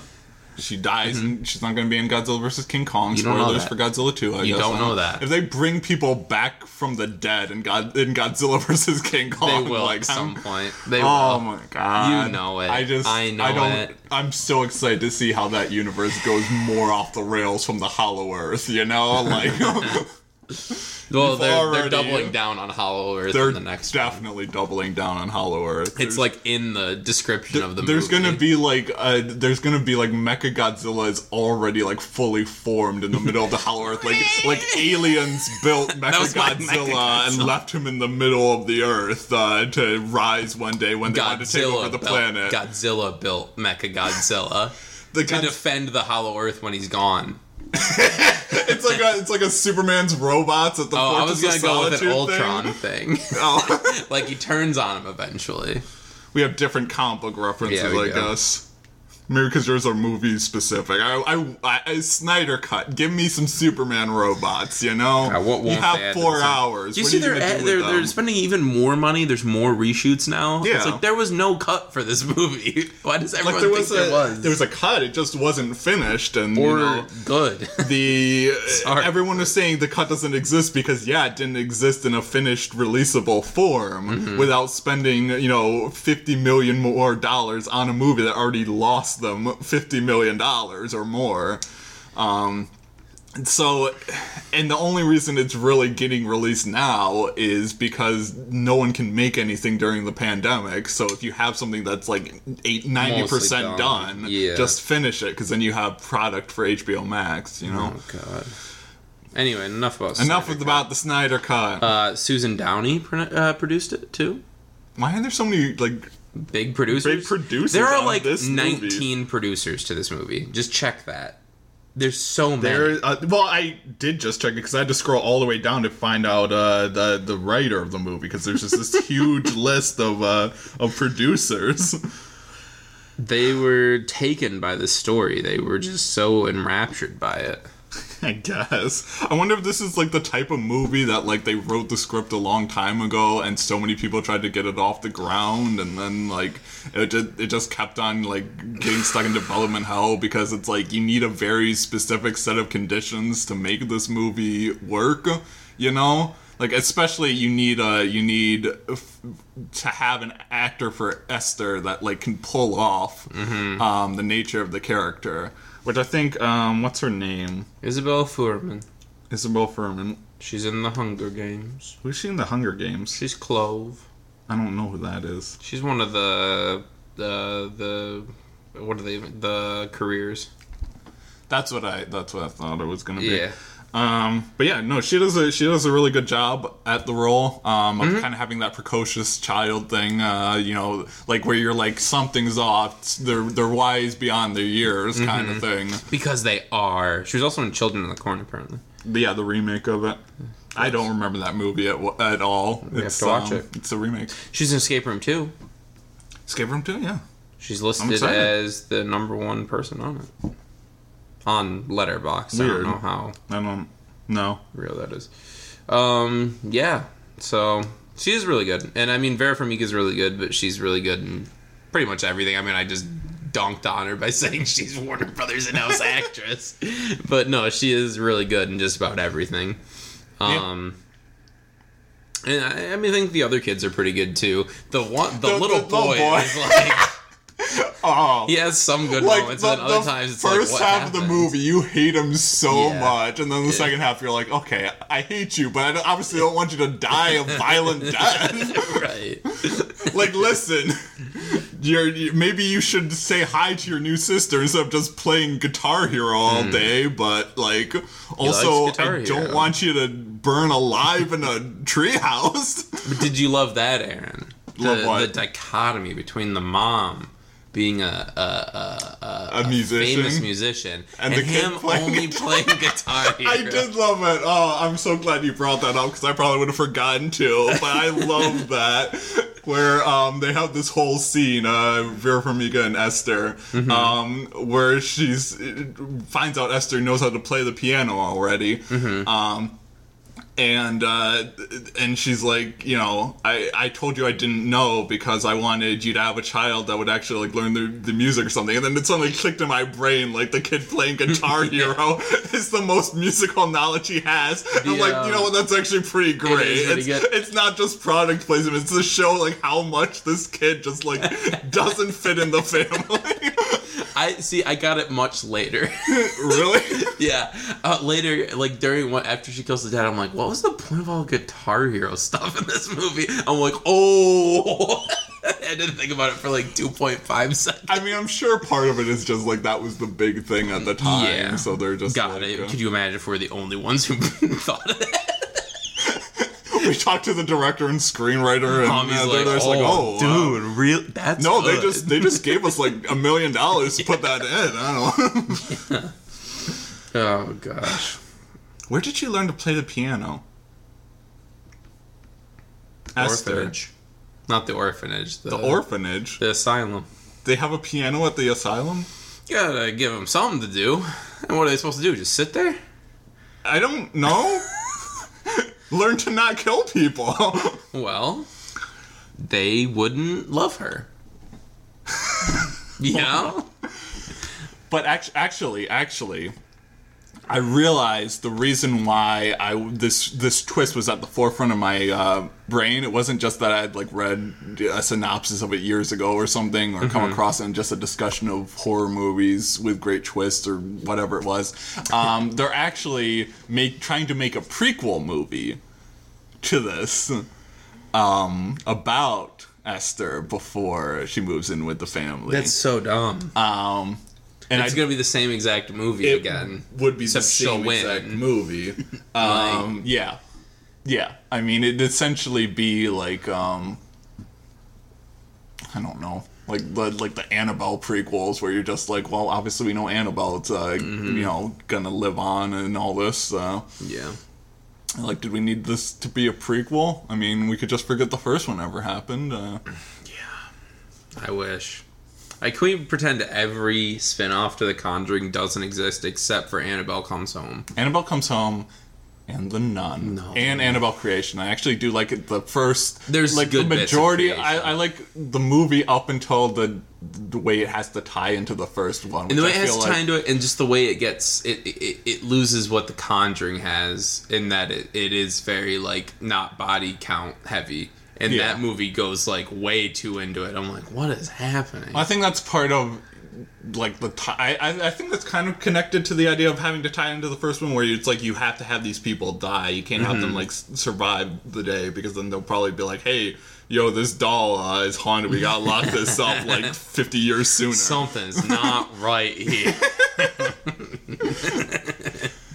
Speaker 2: She dies, and she's not going to be in Godzilla versus King Kong.
Speaker 1: Mm-hmm. don't know
Speaker 2: Spoilers
Speaker 1: that.
Speaker 2: for Godzilla 2, I
Speaker 1: You
Speaker 2: guess.
Speaker 1: don't
Speaker 2: I
Speaker 1: know that.
Speaker 2: If they bring people back from the dead in, God, in Godzilla versus King
Speaker 1: they
Speaker 2: Kong,
Speaker 1: will
Speaker 2: like,
Speaker 1: at
Speaker 2: I'm-
Speaker 1: some point. They
Speaker 2: Oh
Speaker 1: will.
Speaker 2: my god!
Speaker 1: You know it.
Speaker 2: I just,
Speaker 1: I know
Speaker 2: I don't.
Speaker 1: it.
Speaker 2: I'm so excited to see how that universe goes more off the rails from the Hollow Earth. You know, like
Speaker 1: Well,
Speaker 2: You've
Speaker 1: they're,
Speaker 2: already-
Speaker 1: they're doubling down on Hollow Earth
Speaker 2: They're
Speaker 1: in the next.
Speaker 2: definitely doubling down on Hollow Earth.
Speaker 1: It's
Speaker 2: There's-
Speaker 1: like in the description of the
Speaker 2: there's
Speaker 1: movie.
Speaker 2: gonna be like uh there's gonna be like Mecha Godzilla is already like fully formed in the middle of the Hollow Earth, like like aliens built
Speaker 1: was
Speaker 2: Mecha
Speaker 1: my
Speaker 2: Godzilla and
Speaker 1: Mechagodzilla.
Speaker 2: left him in the middle of the Earth uh, to rise one day when they want to take over
Speaker 1: Godzilla
Speaker 2: the
Speaker 1: built,
Speaker 2: planet.
Speaker 1: Godzilla built Mecha Godzilla
Speaker 2: The
Speaker 1: to
Speaker 2: Godz-
Speaker 1: defend the Hollow Earth when he's gone.
Speaker 2: it's like a, it's like a Superman's robots at the
Speaker 1: Oh, I
Speaker 2: Fortress
Speaker 1: was gonna
Speaker 2: of
Speaker 1: go with an
Speaker 2: Solitude thing.
Speaker 1: Ultron thing.
Speaker 2: Oh.
Speaker 1: like he turns on him eventually.
Speaker 2: we have different comic book references,
Speaker 1: Yeah, we do.
Speaker 2: I guess. Maybe because yours are movie specific. I, I, I, I- Snyder cut. Give me some Superman robots. You know,
Speaker 1: Yeah, what won't
Speaker 2: you
Speaker 1: they add
Speaker 2: have
Speaker 1: to
Speaker 2: four
Speaker 1: this?
Speaker 2: hours.
Speaker 1: You
Speaker 2: What
Speaker 1: see, e-
Speaker 2: are
Speaker 1: they're,
Speaker 2: gonna do
Speaker 1: they're
Speaker 2: with
Speaker 1: they're
Speaker 2: them?
Speaker 1: spending even more money. There's more reshoots now.
Speaker 2: Yeah.
Speaker 1: It's like there was no cut for this movie. Why does everyone
Speaker 2: like there
Speaker 1: think
Speaker 2: was,
Speaker 1: there
Speaker 2: a,
Speaker 1: was?
Speaker 2: there was a cut. It just wasn't finished, and you
Speaker 1: or
Speaker 2: know,
Speaker 1: good. Oh,
Speaker 2: the
Speaker 1: Sorry.
Speaker 2: everyone was saying the cut doesn't exist because yeah, it didn't exist in a finished releasable form
Speaker 1: Mm-hmm.
Speaker 2: without spending you know fifty million more dollars on a movie that already lost them fifty million dollars or more. Um, so, and the only reason it's really getting released now is because no one can make anything during the pandemic. So if you have something that's like eight ninety percent
Speaker 1: Mostly done.
Speaker 2: done,
Speaker 1: Yeah.
Speaker 2: just finish it because then you have product for HBO Max. You know.
Speaker 1: oh god. Anyway, enough about
Speaker 2: Enough
Speaker 1: Snyder
Speaker 2: with
Speaker 1: Cut.
Speaker 2: about the Mm-hmm. Snyder Cut.
Speaker 1: Uh, Susan Downey pro- uh, produced it too.
Speaker 2: Why are there so many like?
Speaker 1: Big producers.
Speaker 2: Big producers
Speaker 1: There are
Speaker 2: on
Speaker 1: like
Speaker 2: this movie.
Speaker 1: 19 producers to this movie. Just check that. There's so many.
Speaker 2: There, uh, well, I did just check it because I had to scroll all the way down to find out uh, the the writer of the movie because there's just this huge list of uh, of producers.
Speaker 1: they were taken by the story. They were just so enraptured by it.
Speaker 2: I guess. I wonder if this is like the type of movie that like they wrote the script a long time ago, and so many people tried to get it off the ground, and then like it just, it just kept on like getting stuck in development hell because it's like you need a very specific set of conditions to make this movie work. You know, like especially you need uh you need f- to have an actor for Esther that like can pull off um, the nature of the character. Which I think, um, what's her name?
Speaker 1: Isabel Fuhrman.
Speaker 2: Isabel Furman.
Speaker 1: She's in the Hunger Games.
Speaker 2: Who's she in the Hunger Games?
Speaker 1: She's Clove.
Speaker 2: I don't know who that is.
Speaker 1: She's one of the the the what are they even- the careers?
Speaker 2: That's what I. That's what I thought it was gonna be.
Speaker 1: Yeah.
Speaker 2: Um. But yeah, no, she does a she does a really good job at the role. Um.
Speaker 1: Mm-hmm.
Speaker 2: Of kind of having that precocious child thing. Uh. You know, like where you're like something's off. They're they're wise beyond their years, kind
Speaker 1: Mm-hmm.
Speaker 2: of thing.
Speaker 1: Because they are. She was also in Children in the Corn apparently.
Speaker 2: But yeah, the remake of it. I don't remember that movie at, wa- at all.
Speaker 1: have to watch it.
Speaker 2: It's a remake.
Speaker 1: She's in Escape Room too.
Speaker 2: Escape Room Two. Yeah.
Speaker 1: She's
Speaker 2: I'm
Speaker 1: listed
Speaker 2: excited.
Speaker 1: as the number one person on it. On Letterboxd. I
Speaker 2: Weird.
Speaker 1: don't know how
Speaker 2: I don't. No.
Speaker 1: real that is. Um, yeah. So she is really good. And I mean Vera Farmiga is really good, but she's really good in pretty much everything. I mean I just donked on her by saying she's Warner Brothers in-house actress. But no, she is really good in just about everything. Um And I, I mean, I think the other kids are pretty good too. The one, the,
Speaker 2: The-
Speaker 1: little
Speaker 2: the little
Speaker 1: boy,
Speaker 2: boy.
Speaker 1: is like,
Speaker 2: Oh.
Speaker 1: he has some good moments, and then other times it's
Speaker 2: first
Speaker 1: like, what
Speaker 2: half of the
Speaker 1: happened?
Speaker 2: movie you hate him so
Speaker 1: Yeah.
Speaker 2: much and then the second half you're like okay i hate you but i don't- obviously don't want you to die a violent death
Speaker 1: right?
Speaker 2: like listen you're, you- maybe you should say hi to your new sister instead of just playing guitar hero all day but like also
Speaker 1: Hmm. likes Guitar
Speaker 2: i don't
Speaker 1: Hero.
Speaker 2: want you to burn alive in a treehouse
Speaker 1: But did you love that, Aaron? The,
Speaker 2: Love what?
Speaker 1: the dichotomy between the mom being a, a, a, a
Speaker 2: a musician
Speaker 1: famous musician and,
Speaker 2: And the kid
Speaker 1: him
Speaker 2: playing
Speaker 1: only playing guitar. Hero.
Speaker 2: I did love it. Oh, I'm so glad you brought that up because I probably would have forgotten too. But I love that where um, they have this whole scene, uh, Vera Farmiga and Esther, um, where she's finds out Esther knows how to play the piano already. Um, and uh, and she's like, you know, I, I told you I didn't know because I wanted you to have a child that would actually like learn the, the music or something. And then it suddenly clicked in my brain like the kid playing Guitar Hero is the most musical knowledge he has. And I'm like,
Speaker 1: Yeah.
Speaker 2: you know what? That's actually pretty great.
Speaker 1: is pretty
Speaker 2: it's,
Speaker 1: good.
Speaker 2: it's not just product placement. It's to show like how much this kid just like doesn't fit in the family.
Speaker 1: I see. I got it much later.
Speaker 2: really?
Speaker 1: yeah, uh, later, like during what after she kills the dad, I'm like, what was the point of all the Guitar Hero stuff in this movie? I'm like, oh, I didn't think about it for like 2.5 seconds.
Speaker 2: I mean, I'm sure part of it is just like that was the big thing at the time,
Speaker 1: Yeah.
Speaker 2: so they're just
Speaker 1: God,
Speaker 2: like,
Speaker 1: it.
Speaker 2: uh,
Speaker 1: could you imagine if we're the only ones who thought of that?
Speaker 2: we talked to the director and screenwriter, and
Speaker 1: Tommy's
Speaker 2: uh, they're
Speaker 1: like,
Speaker 2: just like,
Speaker 1: oh,
Speaker 2: oh, uh,
Speaker 1: dude, real that's
Speaker 2: no, they
Speaker 1: good."
Speaker 2: just they just gave us like a million dollars to put that in. I don't know.
Speaker 1: oh gosh,
Speaker 2: Where did she learn to play the piano? Esther.
Speaker 1: orphanage, not the orphanage, the,
Speaker 2: The orphanage.
Speaker 1: the asylum.
Speaker 2: They have a piano at the asylum.
Speaker 1: Gotta give them something to do. And what are they supposed to do? Just sit there?
Speaker 2: I don't know. learn to not kill people.
Speaker 1: Well, they wouldn't love her. you know?
Speaker 2: But act- actually, actually, I realized the reason why I this this twist was at the forefront of my uh, brain. It wasn't just that I'd like read a synopsis of it years ago or something, or come across it in just a discussion of horror movies with great twists or whatever it was. Um, they're actually make trying to make a prequel movie to this um, about Esther before she moves in with the family.
Speaker 1: That's so dumb.
Speaker 2: um, and
Speaker 1: it's
Speaker 2: I-
Speaker 1: gonna be the same exact movie
Speaker 2: it
Speaker 1: again.
Speaker 2: would be the
Speaker 1: Except she'll
Speaker 2: same
Speaker 1: win.
Speaker 2: exact movie. um, yeah, yeah. I mean, it'd essentially be like um, I don't know, like the like the Annabelle prequels, where you're just like, well, obviously we know Annabelle's, uh, you know, gonna live on and all this. Uh,
Speaker 1: Yeah.
Speaker 2: like, did we need this to be a prequel? I mean, we could just forget the first one ever happened. Uh,
Speaker 1: I wish. Like, can we pretend every spin off to The Conjuring doesn't exist except for Annabelle Comes Home?
Speaker 2: Annabelle comes home. And the nun,
Speaker 1: No.
Speaker 2: and Annabelle creation. I actually do like it. The first,
Speaker 1: There's
Speaker 2: like
Speaker 1: good
Speaker 2: the
Speaker 1: bits of
Speaker 2: majority.
Speaker 1: Creation.
Speaker 2: I, I like the movie up until the the way it has to tie into the first one.
Speaker 1: And the way
Speaker 2: which
Speaker 1: it
Speaker 2: I
Speaker 1: has
Speaker 2: feel
Speaker 1: time to it, and just the way it gets, it, it it loses what The Conjuring has in that it, it is very like not body count heavy, and
Speaker 2: Yeah.
Speaker 1: that movie goes like way too into it. I'm like, what is happening?
Speaker 2: I think that's part of like the tie. I, I- I think that's kind of connected to the idea of having to tie into the first one, where it's like you have to have these people die. You can't
Speaker 1: Mm-hmm.
Speaker 2: have them like s- survive the day because then they'll probably be like, "Hey, yo, this doll uh, is haunted. We got to lock this up like 50 years sooner."
Speaker 1: Something's not right here.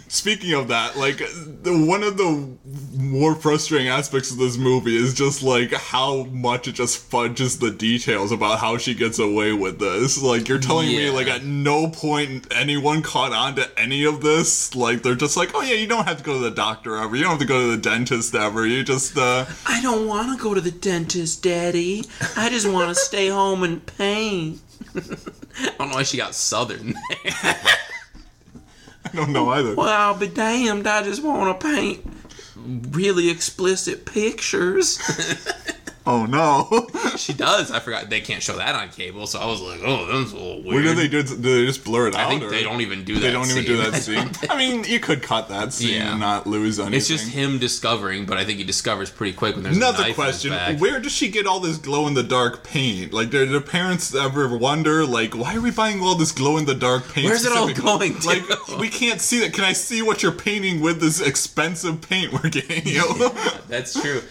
Speaker 2: Speaking of that, like the, one of the more frustrating aspects of this movie is just like how much it just fudges the details about how she gets away with this. Like you're telling me,
Speaker 1: Yeah.
Speaker 2: like at no point anyone caught on to any of this. Like they're just like, oh yeah, you don't have to go to the doctor ever. You don't have to go to the dentist ever. You just uh,
Speaker 5: I don't want to go to the dentist, Daddy. I just want to stay home and paint.
Speaker 1: I don't know why she got southern there.
Speaker 2: I don't know either.
Speaker 5: Well, I'll be damned. I just want to paint really explicit pictures.
Speaker 2: Oh no.
Speaker 1: She does. I forgot they can't show that on cable, so I was like, oh, that's a little
Speaker 2: What
Speaker 1: weird.
Speaker 2: do they do? Do they just blur it out?
Speaker 1: I think
Speaker 2: or-
Speaker 1: they don't even do that.
Speaker 2: They don't even do
Speaker 1: scene.
Speaker 2: that scene. I mean, you could cut that scene
Speaker 1: Yeah.
Speaker 2: and not lose anything.
Speaker 1: It's just him discovering, but I think he discovers pretty quick when there's a knife
Speaker 2: Another
Speaker 1: in his
Speaker 2: question:
Speaker 1: back.
Speaker 2: Where does she get all this glow in the dark paint? Like, did her parents ever wonder, like, why are we buying all this glow in the dark paint?
Speaker 1: Where's it all
Speaker 2: specifically?
Speaker 1: going to?
Speaker 2: Like, we can't see that. Can I see what you're painting with this expensive paint we're getting you?
Speaker 1: That's true. It-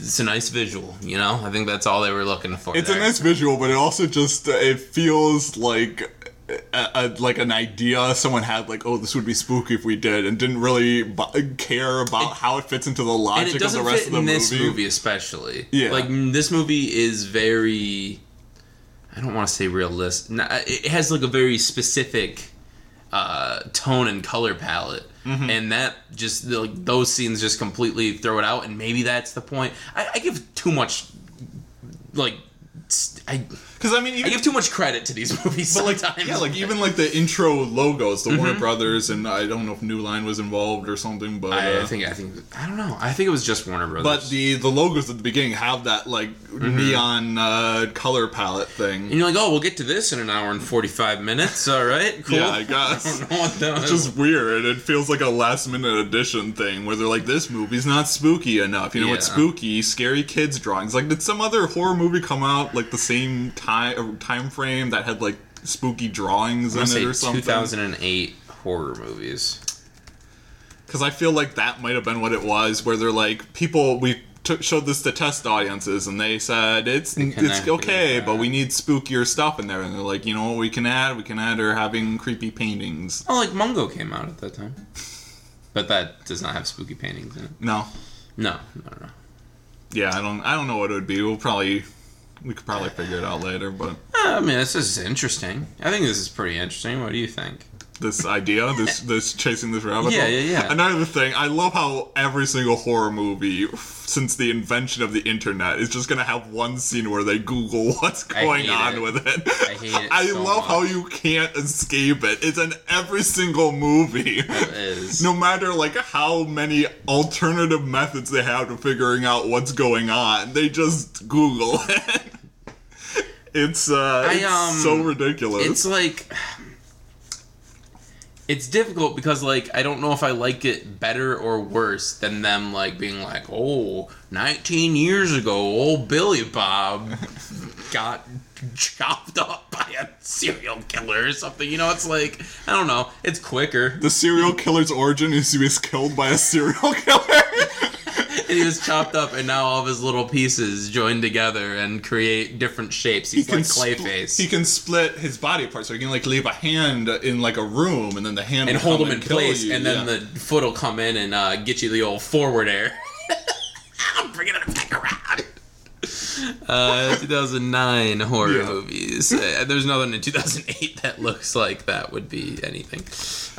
Speaker 1: It's a nice visual, you know. I think that's all they were looking for.
Speaker 2: it's a
Speaker 1: there.
Speaker 2: nice visual, but it also just uh, it feels like. A, a, like an idea someone had, like, oh, this would be spooky if we did, and didn't really bu- care about how it fits into the
Speaker 1: and it
Speaker 2: logic of the
Speaker 1: doesn't
Speaker 2: rest
Speaker 1: fit
Speaker 2: of the
Speaker 1: in this movie, especially.
Speaker 2: Yeah.
Speaker 1: like mm, this movie is very. I don't want to say realist. no, It has like a very specific uh, tone and color palette,
Speaker 2: Mm-hmm.
Speaker 1: and that just like those scenes just completely throw it out. And maybe that's the point. I, I give too much, like. st- I,
Speaker 2: Because I mean, even
Speaker 1: I give too much credit to these movies
Speaker 2: But like,
Speaker 1: sometimes. Mm-hmm.
Speaker 2: yeah, like even like the intro logos, the Warner Brothers, and I don't know if New Line was involved or something, but
Speaker 1: I, I
Speaker 2: uh,
Speaker 1: think I think I don't know. I think it was Mm-hmm. just Warner Brothers.
Speaker 2: but the the logos at the beginning have that like neon uh, color palette thing.
Speaker 1: And you're like, oh, we'll get to this in an hour and 45 minutes. All right, cool.
Speaker 2: Yeah, I guess.
Speaker 1: don't know what that
Speaker 2: It's
Speaker 1: was.
Speaker 2: just weird. It feels like a last minute addition thing where they're like, this movie's not spooky enough. You know what's
Speaker 1: Yeah.
Speaker 2: spooky? Scary kids drawings. Like, did some other horror movie come out like the same time time frame that had like spooky drawings in
Speaker 1: I'm
Speaker 2: it
Speaker 1: gonna
Speaker 2: or
Speaker 1: say
Speaker 2: something.
Speaker 1: 2008 horror movies.
Speaker 2: Because I feel like that might have been what it was, where they're like, people, we took showed this to test audiences, and they said it's it's
Speaker 1: connected with
Speaker 2: okay,
Speaker 1: that.
Speaker 2: but we need spookier stuff in there. And they're like, you know what, we can add, we can add, or having creepy paintings.
Speaker 1: Oh, like Mungo came out at that time, but that does not have spooky paintings in it.
Speaker 2: No,
Speaker 1: No, no, no.
Speaker 2: yeah, I don't, I don't know what it would be. We'll probably, we could probably figure it out later. But
Speaker 1: I mean, this is interesting. I think this is pretty interesting. What do you think?
Speaker 2: this idea, this this chasing this rabbit.
Speaker 1: Yeah,
Speaker 2: hole.
Speaker 1: yeah, yeah.
Speaker 2: Another thing, I love how every single horror movie since the invention of the internet is just gonna have one scene where they Google what's
Speaker 1: I
Speaker 2: going
Speaker 1: hate
Speaker 2: on
Speaker 1: it.
Speaker 2: with it.
Speaker 1: I hate it
Speaker 2: I
Speaker 1: so
Speaker 2: love how
Speaker 1: much.
Speaker 2: you can't escape it. It's in every single movie.
Speaker 1: It is
Speaker 2: No matter like how many alternative methods they have to figuring out what's going on, they just Google it. It's uh,
Speaker 1: I,
Speaker 2: it's
Speaker 1: um,
Speaker 2: so ridiculous.
Speaker 1: it's like it's difficult because like I don't know if I like it better or worse than them like being like, "Oh, 19 years ago, old Billy Bob got chopped up by a serial killer or something." You know, it's like I don't know. It's quicker.
Speaker 2: The serial killer's origin is he was killed by a serial killer.
Speaker 1: And he was chopped up, and now all of his little pieces join together and create different shapes. He's like
Speaker 2: spl-
Speaker 1: Clayface.
Speaker 2: he can split his body parts, so he can like leave a hand in like a room, and then the hand
Speaker 1: and
Speaker 2: will
Speaker 1: hold
Speaker 2: come
Speaker 1: them in
Speaker 2: and kill
Speaker 1: place,
Speaker 2: you,
Speaker 1: and then
Speaker 2: yeah.
Speaker 1: the foot will come in and uh, get you the old forward air. I'm bringing it back around. Uh, 2009 horror
Speaker 2: Yeah.
Speaker 1: movies. Uh, there's nothing in 2008 that looks like that would be anything.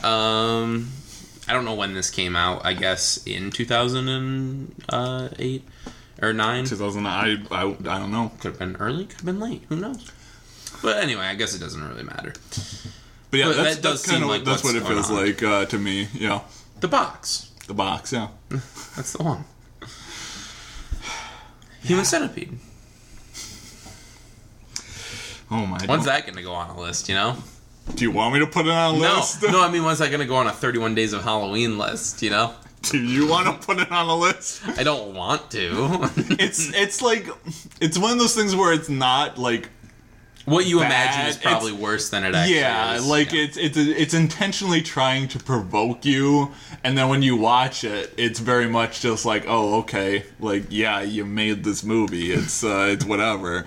Speaker 1: Um, I don't know when this came out. I guess in 2008 uh, or 9.
Speaker 2: 2000. I, I I don't know,
Speaker 1: Could have been early, could have been late. Who knows? But anyway, I guess it doesn't really matter.
Speaker 2: but yeah,
Speaker 1: But
Speaker 2: that's,
Speaker 1: that does
Speaker 2: that's
Speaker 1: seem
Speaker 2: kind of
Speaker 1: like
Speaker 2: that's what
Speaker 1: what's
Speaker 2: it feels
Speaker 1: going on.
Speaker 2: like uh, to me. Yeah,
Speaker 1: The box.
Speaker 2: the box. Yeah,
Speaker 1: That's the one. Human centipede.
Speaker 2: oh my.
Speaker 1: When's that going to go on a list? You know?
Speaker 2: Do you want me to put it on a
Speaker 1: No,
Speaker 2: list?
Speaker 1: no. I mean, when's that going to go on a 31 Days of Halloween list? You know?
Speaker 2: Do you want to put it on a list?
Speaker 1: I don't want to.
Speaker 2: It's it's like it's one of those things where it's not like
Speaker 1: what you
Speaker 2: Bad.
Speaker 1: imagine is
Speaker 2: It's-
Speaker 1: probably worse than it actually
Speaker 2: yeah,
Speaker 1: is.
Speaker 2: like
Speaker 1: Yeah.
Speaker 2: it's it's it's intentionally trying to provoke you, and then when you watch it, it's very much just like, oh, okay, like yeah, you made this movie. It's uh, it's whatever.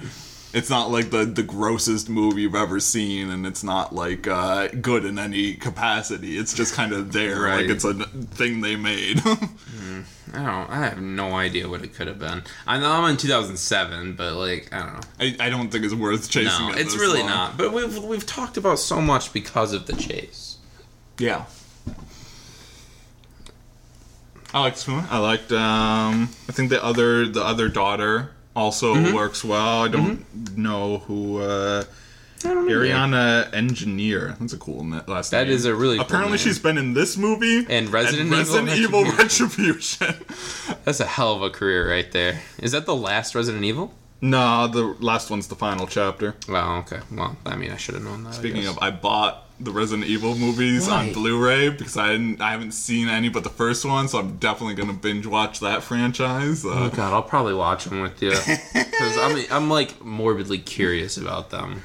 Speaker 2: It's not like the the grossest movie you've ever seen, and it's not like uh, good in any capacity. It's just kind of there,
Speaker 1: Right.
Speaker 2: like it's a n- thing they made.
Speaker 1: I don't. I have no idea what it could have been. I know I'm in 2007, but like I don't know.
Speaker 2: I, I don't think it's worth chasing.
Speaker 1: No,
Speaker 2: it
Speaker 1: it's
Speaker 2: this
Speaker 1: really
Speaker 2: long.
Speaker 1: not. But we've we've talked about so much because of the chase.
Speaker 2: Yeah. I liked Spoon. I liked. Um, I think the other the other daughter also works well. I don't know who. Uh, Ariana Engineer. That's a cool na- last
Speaker 1: That
Speaker 2: name.
Speaker 1: is a really cool
Speaker 2: Apparently,
Speaker 1: name.
Speaker 2: she's been in this movie
Speaker 1: And Resident Evil
Speaker 2: Resident Evil
Speaker 1: Retribution.
Speaker 2: Retribution.
Speaker 1: That's a hell of a career right there. Is that the last Resident Evil?
Speaker 2: no, the last one's the final chapter.
Speaker 1: Well, okay. Well, I mean, I should have known that. I
Speaker 2: Speaking
Speaker 1: guess.
Speaker 2: of, I bought the Resident Evil movies on
Speaker 1: Why?
Speaker 2: Blu-ray because I didn't, I haven't seen any but the first one, so I'm definitely gonna binge watch that franchise. Uh,
Speaker 1: Oh god, I'll probably watch them with you because I'm I'm like morbidly curious about them.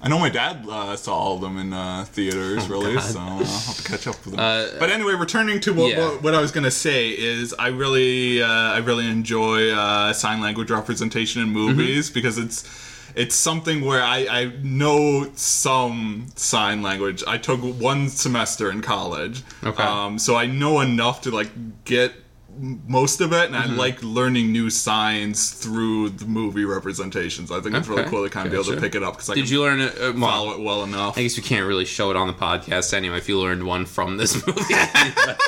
Speaker 2: I know my dad uh, saw all of them in uh, theaters, really,
Speaker 1: Oh, God.
Speaker 2: so I'll have to catch up with them.
Speaker 1: Uh,
Speaker 2: but anyway, returning to what,
Speaker 1: yeah.
Speaker 2: what, what I was gonna say is, I really, uh, I really enjoy uh, sign language representation in
Speaker 1: Mm-hmm.
Speaker 2: movies because it's. It's something where I, I know some sign language. I took one semester in college,
Speaker 1: Okay.
Speaker 2: um, so I know enough to like get m- most of it, and
Speaker 1: Mm-hmm.
Speaker 2: I like learning new signs through the movie representations. I think it's really
Speaker 1: Okay.
Speaker 2: cool to kind of be able
Speaker 1: Gotcha.
Speaker 2: to pick it up because I
Speaker 1: Did
Speaker 2: can
Speaker 1: you learn it? Uh, well,
Speaker 2: follow it well enough.
Speaker 1: I guess we can't really show it on the podcast anyway. If you learned one from this movie, but,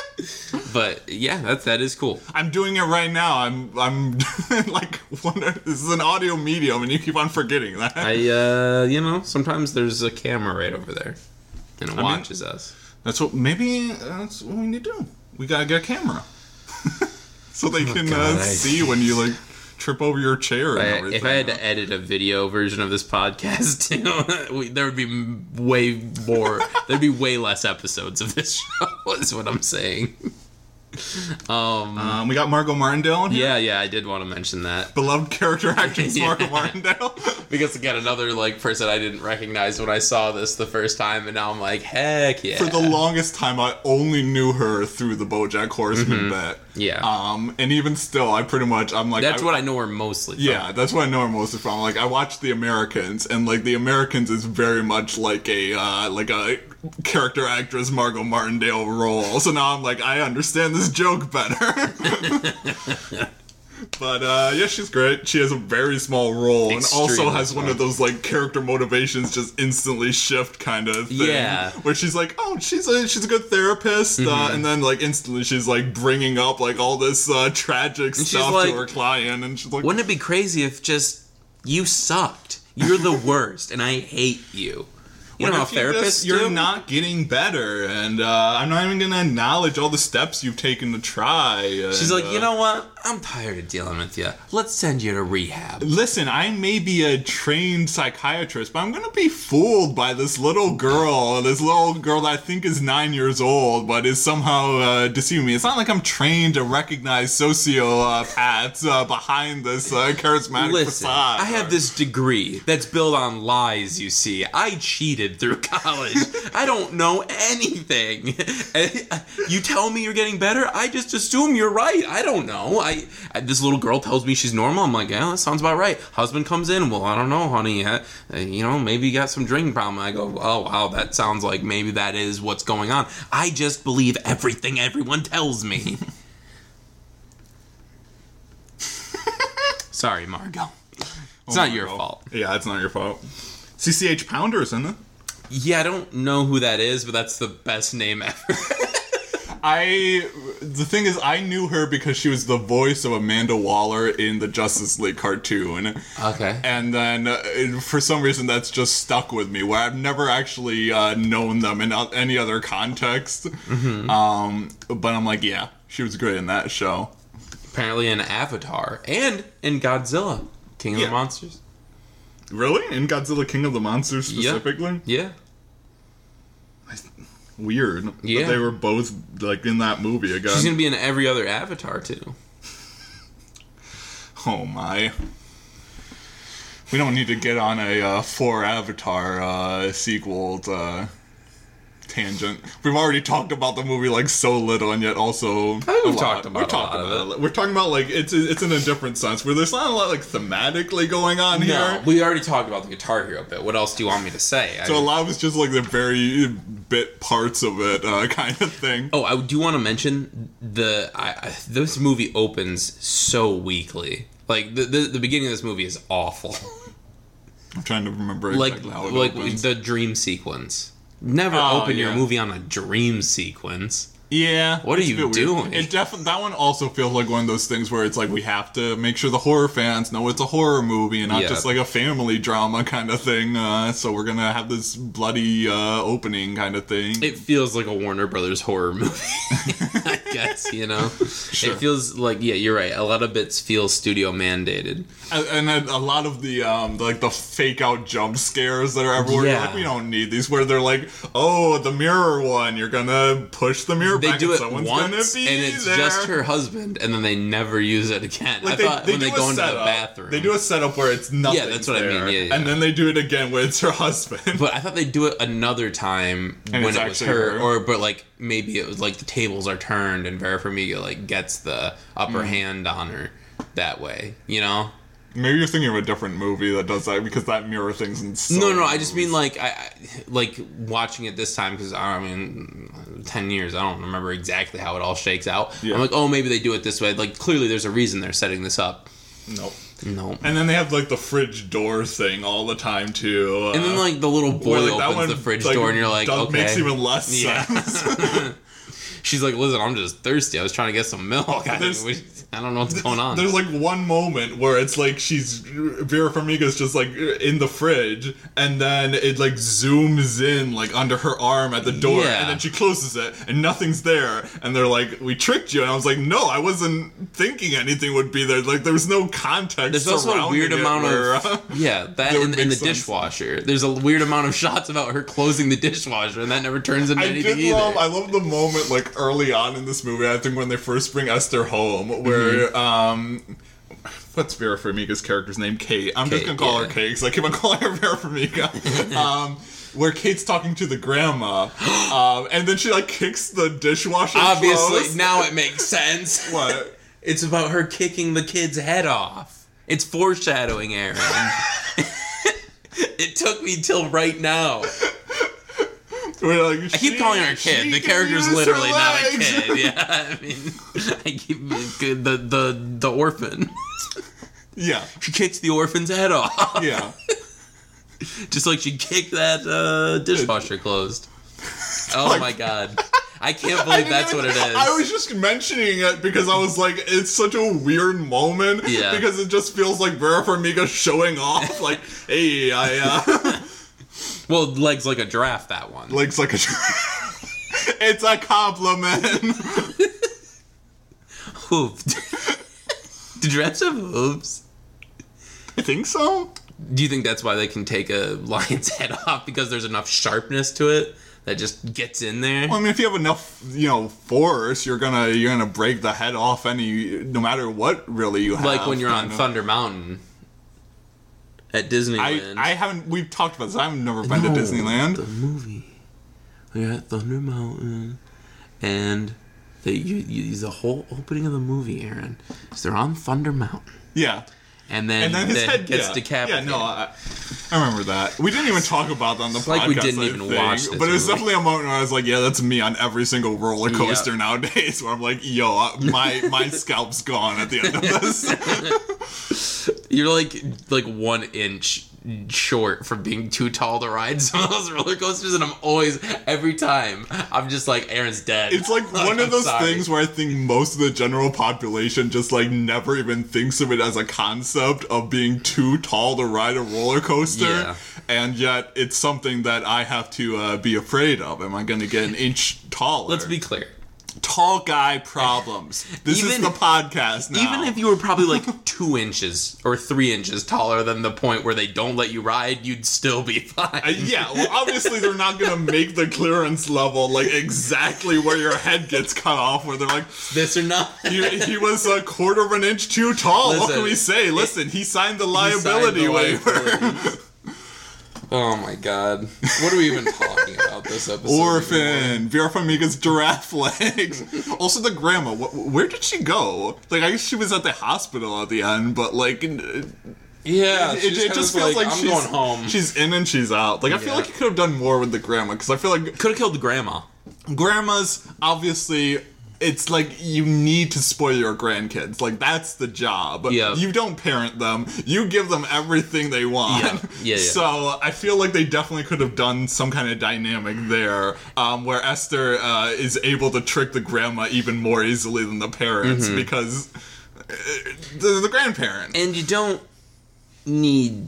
Speaker 1: but yeah, that's that is cool.
Speaker 2: I'm doing it right now. I'm I'm like wonder this is an audio medium and you keep on forgetting that.
Speaker 1: I uh, you know sometimes there's a camera right over there and it
Speaker 2: mean-
Speaker 1: watches us.
Speaker 2: that's what maybe uh, that's what we need to do. We gotta get a camera so they can uh,
Speaker 1: Oh God, I-
Speaker 2: see when you like trip over your chair and
Speaker 1: I-
Speaker 2: everything.
Speaker 1: if I had to edit a video version of this podcast, too, we, there would be m- way more. there'd be way less episodes of this show. Is what I'm saying. Um.
Speaker 2: um, we got Margot Martindale in here.
Speaker 1: yeah, yeah, I did want to mention that.
Speaker 2: Beloved character actress Margot Martindale.
Speaker 1: because again, another like person I didn't recognize when I saw this the first time, and now I'm like, heck yeah.
Speaker 2: For the longest time, I only knew her through the BoJack Horseman bit.
Speaker 1: Mm-hmm. Yeah.
Speaker 2: Um, and even still, I pretty much I'm like
Speaker 1: That's
Speaker 2: I-
Speaker 1: what I know her mostly. From.
Speaker 2: Yeah, that's what I know her mostly from. Like I watched The Americans, and like The Americans is very much like a uh, like a character actress Margot Martindale role. So now I'm like, I understand this joke better. But uh, yeah, she's great. She has a very small role, and also
Speaker 1: Extremely
Speaker 2: has one of those like character motivations just instantly shift kind of thing.
Speaker 1: Yeah. Mm-hmm.
Speaker 2: where she's like, oh, she's a she's a good therapist, uh, and then like instantly she's like bringing up like all this uh, tragic stuff
Speaker 1: like,
Speaker 2: to her client, and she's like,
Speaker 1: Wouldn't it be crazy if just you sucked? You're the worst, and I hate you. You know
Speaker 2: What
Speaker 1: how
Speaker 2: if you
Speaker 1: therapists
Speaker 2: just- You're
Speaker 1: do?
Speaker 2: not getting better, and uh, I'm not even gonna acknowledge all the steps you've taken to try.
Speaker 1: She's
Speaker 2: and,
Speaker 1: like,
Speaker 2: uh,
Speaker 1: you know what? I'm tired of dealing with you. Let's send you to rehab.
Speaker 2: Listen, I may be a trained psychiatrist, but I'm gonna be fooled by this little girl, this little girl that I think is nine years old, but is somehow uh, deceiving me. It's not like I'm trained to recognize sociopaths uh, behind this uh, charismatic
Speaker 1: Listen,
Speaker 2: facade.
Speaker 1: I have this degree that's built on lies, you see. I cheated through college. I don't know anything. you tell me you're getting better, I just assume you're right. I don't know. I, I This little girl tells me she's normal. I'm like, yeah, that sounds about right. Husband comes in, well, I don't know, honey. Uh, uh, you know, maybe you got some drinking problem. I go, oh, wow, that sounds like maybe that is what's going on. I just believe everything everyone tells me. Sorry, Margot. It's
Speaker 2: Oh
Speaker 1: not
Speaker 2: my
Speaker 1: your
Speaker 2: God.
Speaker 1: fault.
Speaker 2: Yeah, it's not your fault. CCH Pounders, isn't it?
Speaker 1: Yeah, I don't know who that is, but that's the best name ever.
Speaker 2: I the thing is I knew her because she was the voice of Amanda Waller in the Justice League cartoon.
Speaker 1: okay.
Speaker 2: And then uh, it- for some reason that's just stuck with me where I've never actually uh, known them in o- any other context. Um, but I'm like, yeah, she was great in that show.
Speaker 1: Apparently in Avatar and in Godzilla, King of
Speaker 2: Yeah.
Speaker 1: the Monsters.
Speaker 2: Really? In Godzilla King of the Monsters
Speaker 1: Yeah.
Speaker 2: specifically?
Speaker 1: Yeah.
Speaker 2: Weird. that
Speaker 1: Yeah.
Speaker 2: they were both like in that movie again.
Speaker 1: She's going to be in every other Avatar, too.
Speaker 2: Oh my. We don't need to get on a uh, four Avatar uh, sequel uh, tangent. We've already talked about the movie like so little, and yet also I
Speaker 1: we've talked about a lot of
Speaker 2: We're talking about like it's it's in a different sense where there's not a lot like thematically going on
Speaker 1: No,
Speaker 2: here.
Speaker 1: we already talked about the Guitar Hero bit. What else do you want me to say? I
Speaker 2: So a lot of it's just like the very bit parts of it uh, kind of thing.
Speaker 1: Oh, I do want to mention the I, I, this movie opens so weakly. Like the, the the beginning of this movie is awful.
Speaker 2: I'm trying to remember
Speaker 1: like
Speaker 2: exactly how it
Speaker 1: like
Speaker 2: opens.
Speaker 1: the dream sequence. Never
Speaker 2: Oh,
Speaker 1: open your
Speaker 2: yeah.
Speaker 1: movie on a dream sequence.
Speaker 2: Yeah.
Speaker 1: What are
Speaker 2: it's a
Speaker 1: you
Speaker 2: bit weird.
Speaker 1: doing?
Speaker 2: It definitely that one also feels like one of those things where it's like we have to make sure the horror fans know it's a horror movie and not
Speaker 1: Yeah.
Speaker 2: just like a family drama kind of thing. Uh, so we're gonna have this bloody uh, opening kind of thing.
Speaker 1: It feels like a Warner Brothers horror movie. I guess you know. It feels like yeah, you're right. A lot of bits feel studio mandated.
Speaker 2: and and then a lot of the um like the fake out jump scares that are everywhere. You're
Speaker 1: Yeah.
Speaker 2: Like we don't need these. Where they're like, oh, the mirror one. You're gonna push the mirror
Speaker 1: They
Speaker 2: back
Speaker 1: do
Speaker 2: and
Speaker 1: it
Speaker 2: someone's gonna
Speaker 1: once,
Speaker 2: be
Speaker 1: and it's
Speaker 2: there.
Speaker 1: just her husband, and then they never use it again. I thought when they
Speaker 2: do a
Speaker 1: go into the
Speaker 2: setup.
Speaker 1: bathroom,
Speaker 2: They do a setup where it's nothing.
Speaker 1: that's what I mean, yeah, yeah.
Speaker 2: And then they do it again where it's her husband.
Speaker 1: But I thought they'd do it another time
Speaker 2: And
Speaker 1: when
Speaker 2: it's
Speaker 1: it was
Speaker 2: actually
Speaker 1: her,
Speaker 2: her.
Speaker 1: or but like maybe it was like the tables are turned and Vera Farmiga like gets the upper
Speaker 2: Mm.
Speaker 1: hand on her that way, you know?
Speaker 2: Maybe you're thinking of a different movie that does that because that mirror thing's in so
Speaker 1: no,
Speaker 2: many
Speaker 1: no, I just mean
Speaker 2: movies.
Speaker 1: like I, I like watching it this time because I mean, ten years I don't remember exactly how it all shakes out.
Speaker 2: Yeah.
Speaker 1: I'm like, oh, maybe they do it this way. Like clearly, there's a reason they're setting this up.
Speaker 2: nope.
Speaker 1: No.
Speaker 2: And then they have like the fridge door thing all the time too. Uh,
Speaker 1: And then like the little boy
Speaker 2: where,
Speaker 1: opens the fridge door and you're like,
Speaker 2: does-
Speaker 1: okay.
Speaker 2: makes even less
Speaker 1: Yeah.
Speaker 2: sense.
Speaker 1: She's like, listen, I'm just thirsty. I was trying to get some milk. I,
Speaker 2: There's-
Speaker 1: I don't know what's going on.
Speaker 2: There's like one moment where it's like she's Vera Farmiga's just like in the fridge, and then it like zooms in like under her arm at the door,
Speaker 1: Yeah.
Speaker 2: and then she closes it, and nothing's there. And they're like, "We tricked you," and I was like, "No, I wasn't thinking anything would be there. Like there was no context."
Speaker 1: There's also a
Speaker 2: surrounding
Speaker 1: weird
Speaker 2: it
Speaker 1: amount
Speaker 2: where, uh,
Speaker 1: of yeah that
Speaker 2: that would
Speaker 1: in, in
Speaker 2: make
Speaker 1: the
Speaker 2: sense.
Speaker 1: dishwasher. There's a weird amount of shots about her closing the dishwasher, and that never turns into
Speaker 2: I
Speaker 1: anything
Speaker 2: did
Speaker 1: either.
Speaker 2: love. I love the moment like
Speaker 1: Mm-hmm.
Speaker 2: early on in this movie. I think when they first bring Esther home, where um, what's Vera Farmiga's character's name? Kate. I'm just
Speaker 1: Kate,
Speaker 2: gonna call her
Speaker 1: yeah.
Speaker 2: Kate because I keep on calling her Vera Farmiga. um, where Kate's talking to the grandma, um, and then she like kicks the dishwasher.
Speaker 1: Obviously,
Speaker 2: closed.
Speaker 1: now it makes sense.
Speaker 2: What?
Speaker 1: It's about her kicking the kid's head off. It's foreshadowing, Aaron. it took me till right now.
Speaker 2: We're like,
Speaker 1: I keep calling her a kid. The character's literally not a kid. Yeah, I mean, I keep the the the orphan.
Speaker 2: yeah,
Speaker 1: She kicks the orphan's head off,
Speaker 2: yeah.
Speaker 1: just like she kicked that uh, dishwasher closed. Oh my god, I can't
Speaker 2: I
Speaker 1: believe
Speaker 2: didn't
Speaker 1: that's what
Speaker 2: even-
Speaker 1: it is.
Speaker 2: I was just mentioning it because I was like, it's such a weird moment.
Speaker 1: Yeah.
Speaker 2: Because it just feels like Vera Farmiga showing off, like, hey, I uh,
Speaker 1: well, legs like a giraffe. That one.
Speaker 2: legs like a. it's a compliment.
Speaker 1: hoofed. Do giraffes have hooves?
Speaker 2: I think so.
Speaker 1: Do you think that's why they can take a lion's head off because there's enough sharpness to it that just gets in there?
Speaker 2: Well, I mean, if you have enough, you know, force, you're gonna you're gonna break the head off any, no matter what, really you have.
Speaker 1: like when you're on
Speaker 2: kind of.
Speaker 1: Thunder Mountain at
Speaker 2: I,
Speaker 1: Disneyland.
Speaker 2: I haven't. We've talked about this. I've never been
Speaker 1: No,
Speaker 2: to Disneyland.
Speaker 1: The movie. You're at Thunder Mountain, and they you, you, the whole opening of the movie, Aaron, is they're on Thunder Mountain,
Speaker 2: yeah.
Speaker 1: and then,
Speaker 2: and then his
Speaker 1: the
Speaker 2: head
Speaker 1: gets
Speaker 2: yeah.
Speaker 1: decapitated.
Speaker 2: Yeah, no, I, I remember that. We didn't even talk about that on the podcast.
Speaker 1: like we didn't
Speaker 2: I
Speaker 1: even
Speaker 2: think,
Speaker 1: watch this
Speaker 2: but it
Speaker 1: movie.
Speaker 2: was definitely a moment where I was like, "Yeah, that's me on every single roller coaster
Speaker 1: Yeah.
Speaker 2: nowadays." Where I'm like, "Yo, I- my my scalp's gone at the end of this."
Speaker 1: You're like like one inch short from being too tall to ride some of those roller coasters, and I'm always every time I'm just like Aaron's dead.
Speaker 2: It's like one
Speaker 1: I'm
Speaker 2: of those
Speaker 1: sorry.
Speaker 2: things where I think most of the general population just like never even thinks of it as a concept of being too tall to ride a roller coaster.
Speaker 1: Yeah.
Speaker 2: And yet, it's something that I have to uh, be afraid of. Am I going to get an inch taller?
Speaker 1: Let's be clear.
Speaker 2: tall guy problems. This
Speaker 1: Even-
Speaker 2: is the podcast now.
Speaker 1: Even if you were probably like two inches or three inches taller than the point where they don't let you ride, you'd still be fine.
Speaker 2: Uh, yeah, well, obviously they're not gonna make the clearance level like exactly where your head gets cut off. Where they're like,
Speaker 1: this or not.
Speaker 2: he, he was a quarter of an inch too tall. what
Speaker 1: Listen,
Speaker 2: can we say? Listen, he signed the
Speaker 1: You signed the
Speaker 2: liability waiver.
Speaker 1: liability. oh my god. What are we even talking about this episode?
Speaker 2: Orphan, Vera Farmiga's giraffe legs. also, the grandma. Wh- where did she go? Like, I guess she was at the hospital at the end, but like, n-
Speaker 1: Yeah,
Speaker 2: it, it just feels like,
Speaker 1: I'm
Speaker 2: she's
Speaker 1: going home.
Speaker 2: She's in and she's out. Like I
Speaker 1: Yeah.
Speaker 2: feel like you could have done more with the grandma because I feel like
Speaker 1: Could have killed grandma.
Speaker 2: grandmas obviously it's like you need to spoil your grandkids. Like that's the job.
Speaker 1: Yeah.
Speaker 2: You don't parent them. You give them everything they want.
Speaker 1: Yeah. Yeah, yeah.
Speaker 2: So I feel like they definitely could have done some kind of dynamic there, um, where Esther uh, is able to trick the grandma even more easily than the parents because uh, the, the grandparent.
Speaker 1: Mm-hmm. and you don't need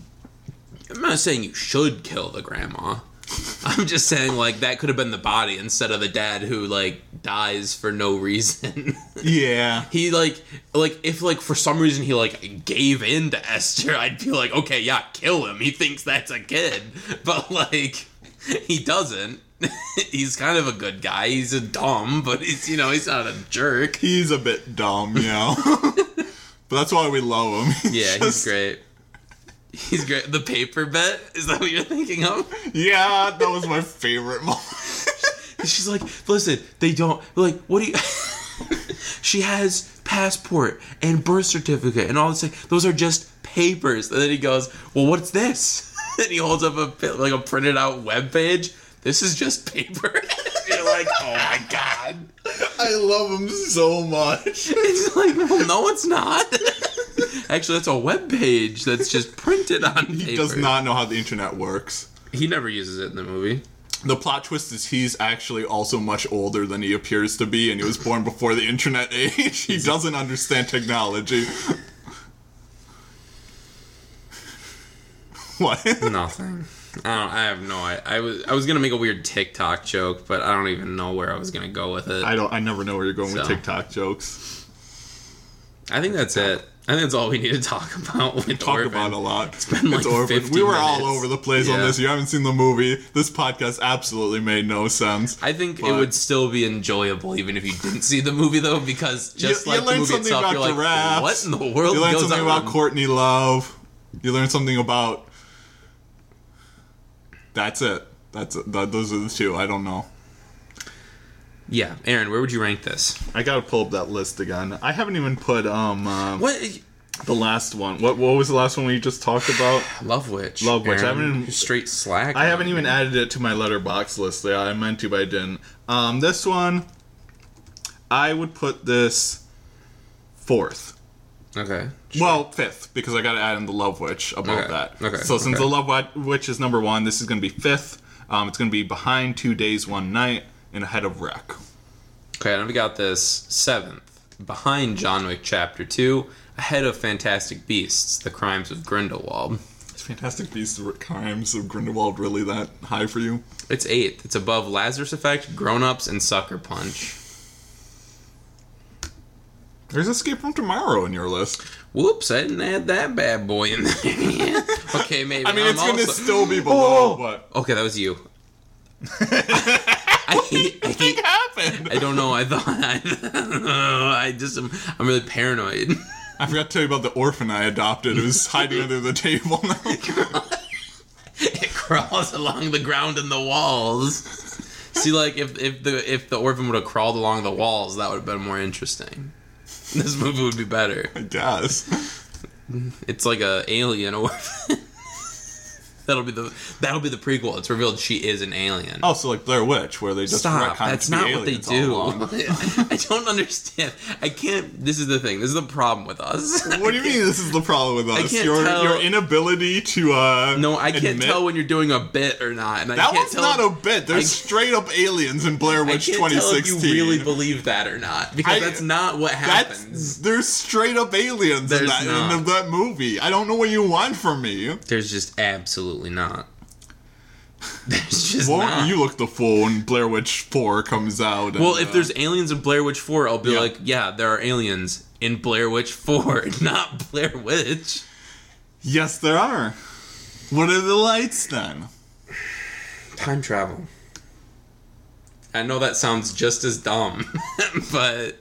Speaker 1: i'm not saying you should kill the grandma i'm just saying like that could have been the body instead of the dad who like dies for no reason
Speaker 2: yeah.
Speaker 1: he like like if like for some reason he like gave in to esther i'd be like okay yeah kill him he thinks that's a kid but like he doesn't he's kind of a good guy he's a dumb but he's you know he's not a jerk
Speaker 2: he's a bit dumb, you know. but that's why we love him.
Speaker 1: yeah he's
Speaker 2: just-
Speaker 1: great he's great the paper bet is that what you're thinking of
Speaker 2: Yeah, that was my favorite moment.
Speaker 1: And she's like, listen, they don't like what do you She has passport and birth certificate and all this thing. Those are just papers. And then he goes, Well, what's this? And he holds up a pi- like a printed out web page. This is just paper. You're like, oh my god.
Speaker 2: I love him so much.
Speaker 1: It's like, well, no, it's not. Actually, that's a web page that's just printed on paper.
Speaker 2: He does not know how the internet works.
Speaker 1: He never uses it in the movie.
Speaker 2: The plot twist is he's actually also much older than he appears to be, and he was born before the internet age. He doesn't understand technology. What?
Speaker 1: Nothing. I don't. I have no. I, I was. I was gonna make a weird TikTok joke, but I don't even know where I was gonna go with it.
Speaker 2: I
Speaker 1: I,
Speaker 2: don't. I never know where you're going with
Speaker 1: So.
Speaker 2: TikTok jokes.
Speaker 1: think that's it. I think that's all we need to talk about with
Speaker 2: Talk
Speaker 1: Orphan.
Speaker 2: about it a lot. It's
Speaker 1: been like
Speaker 2: Orphan.
Speaker 1: 50
Speaker 2: We were all
Speaker 1: minutes.
Speaker 2: over the place on
Speaker 1: Yeah.
Speaker 2: this. You haven't seen the movie. This podcast absolutely made no sense.
Speaker 1: I think it
Speaker 2: But-
Speaker 1: would still be enjoyable even if you didn't see the movie though, because just
Speaker 2: you
Speaker 1: like the
Speaker 2: learned
Speaker 1: movie
Speaker 2: something
Speaker 1: itself,
Speaker 2: about
Speaker 1: you're like,
Speaker 2: giraffes.
Speaker 1: what in the world
Speaker 2: You learned
Speaker 1: goes
Speaker 2: something
Speaker 1: on?
Speaker 2: about Courtney Love. You learned something about. That's it. That's it. Th- those are the two. I don't know.
Speaker 1: yeah, Aaron, where would you rank this?
Speaker 2: I gotta pull up that list again. I haven't even put um uh,
Speaker 1: What
Speaker 2: the last one. What what was the last one we just talked about?
Speaker 1: Love Witch?
Speaker 2: Love Witch. I
Speaker 1: Aaron,
Speaker 2: haven't even-
Speaker 1: you're straight slack.
Speaker 2: I haven't even added it to my letterbox list. Yeah, I meant to, but I didn't. Um, this one, I would put this fourth.
Speaker 1: Okay.
Speaker 2: Well, fifth, because I got to add in the Love Witch above
Speaker 1: Okay,
Speaker 2: that.
Speaker 1: okay,
Speaker 2: So since
Speaker 1: okay.
Speaker 2: the Love Wi- Witch is number one, this is going to be fifth. Um, it's going to be behind Two Days, One Night, and ahead of Wreck.
Speaker 1: Okay, and we got this seventh behind John Wick Chapter Two, ahead of Fantastic Beasts: The Crimes of Grindelwald.
Speaker 2: It's Fantastic Beasts, the Crimes of Grindelwald really that high for you?
Speaker 1: It's eighth. It's above Lazarus Effect, Grown Ups, and Sucker Punch.
Speaker 2: There's Escape from Tomorrow in your list.
Speaker 1: Whoops, I didn't add that bad boy in there. yet. okay, maybe.
Speaker 2: I mean,
Speaker 1: I'm
Speaker 2: it's going to
Speaker 1: also-
Speaker 2: still be below,
Speaker 1: Oh!
Speaker 2: but
Speaker 1: Okay, that was you. I hate. I hate.
Speaker 2: it happened.
Speaker 1: I don't know. I thought. I, I just. am I'm really paranoid.
Speaker 2: I forgot to tell you about the orphan I adopted who's hiding under the table now.
Speaker 1: it crawls along the ground and the walls. See, like if if the if the orphan would have crawled along the walls, that would have been more interesting. This movie would be better.
Speaker 2: I guess.
Speaker 1: It's like a alien orphan. that'll be the that'll be the prequel. It's revealed she is an alien.
Speaker 2: Also, like Blair Witch, where they just
Speaker 1: Oh, Stop!
Speaker 2: retconned
Speaker 1: That's
Speaker 2: to be
Speaker 1: not what they
Speaker 2: aliens all
Speaker 1: do.
Speaker 2: along.
Speaker 1: I don't understand. I can't. This is the thing. This is the problem with us.
Speaker 2: What do you mean this is the problem with us?
Speaker 1: can't
Speaker 2: your
Speaker 1: tell-
Speaker 2: your inability to uh
Speaker 1: No, I can't
Speaker 2: admit-
Speaker 1: tell when you're doing a bit or not. And I
Speaker 2: That
Speaker 1: can't
Speaker 2: one's
Speaker 1: tell
Speaker 2: not a bit. There's straight up aliens in
Speaker 1: I
Speaker 2: Blair Witch
Speaker 1: can't tell if you
Speaker 2: 2016.
Speaker 1: really believe that or not because
Speaker 2: I-
Speaker 1: that's not what happens.
Speaker 2: that's there's straight up aliens in
Speaker 1: There's
Speaker 2: that,
Speaker 1: not.
Speaker 2: in that movie. I don't know what you want from me.
Speaker 1: There's just absolutely not. There's just
Speaker 2: Won't
Speaker 1: not.
Speaker 2: you look the fool when Blair Witch Four comes out?
Speaker 1: well,
Speaker 2: and,
Speaker 1: if
Speaker 2: uh,
Speaker 1: there's aliens in Blair Witch 4, I'll be
Speaker 2: Yeah.
Speaker 1: like, yeah, there are aliens in Blair Witch 4, not Blair Witch.
Speaker 2: yes, there are. What are the lights then?
Speaker 1: Time travel. I know that sounds just as dumb, but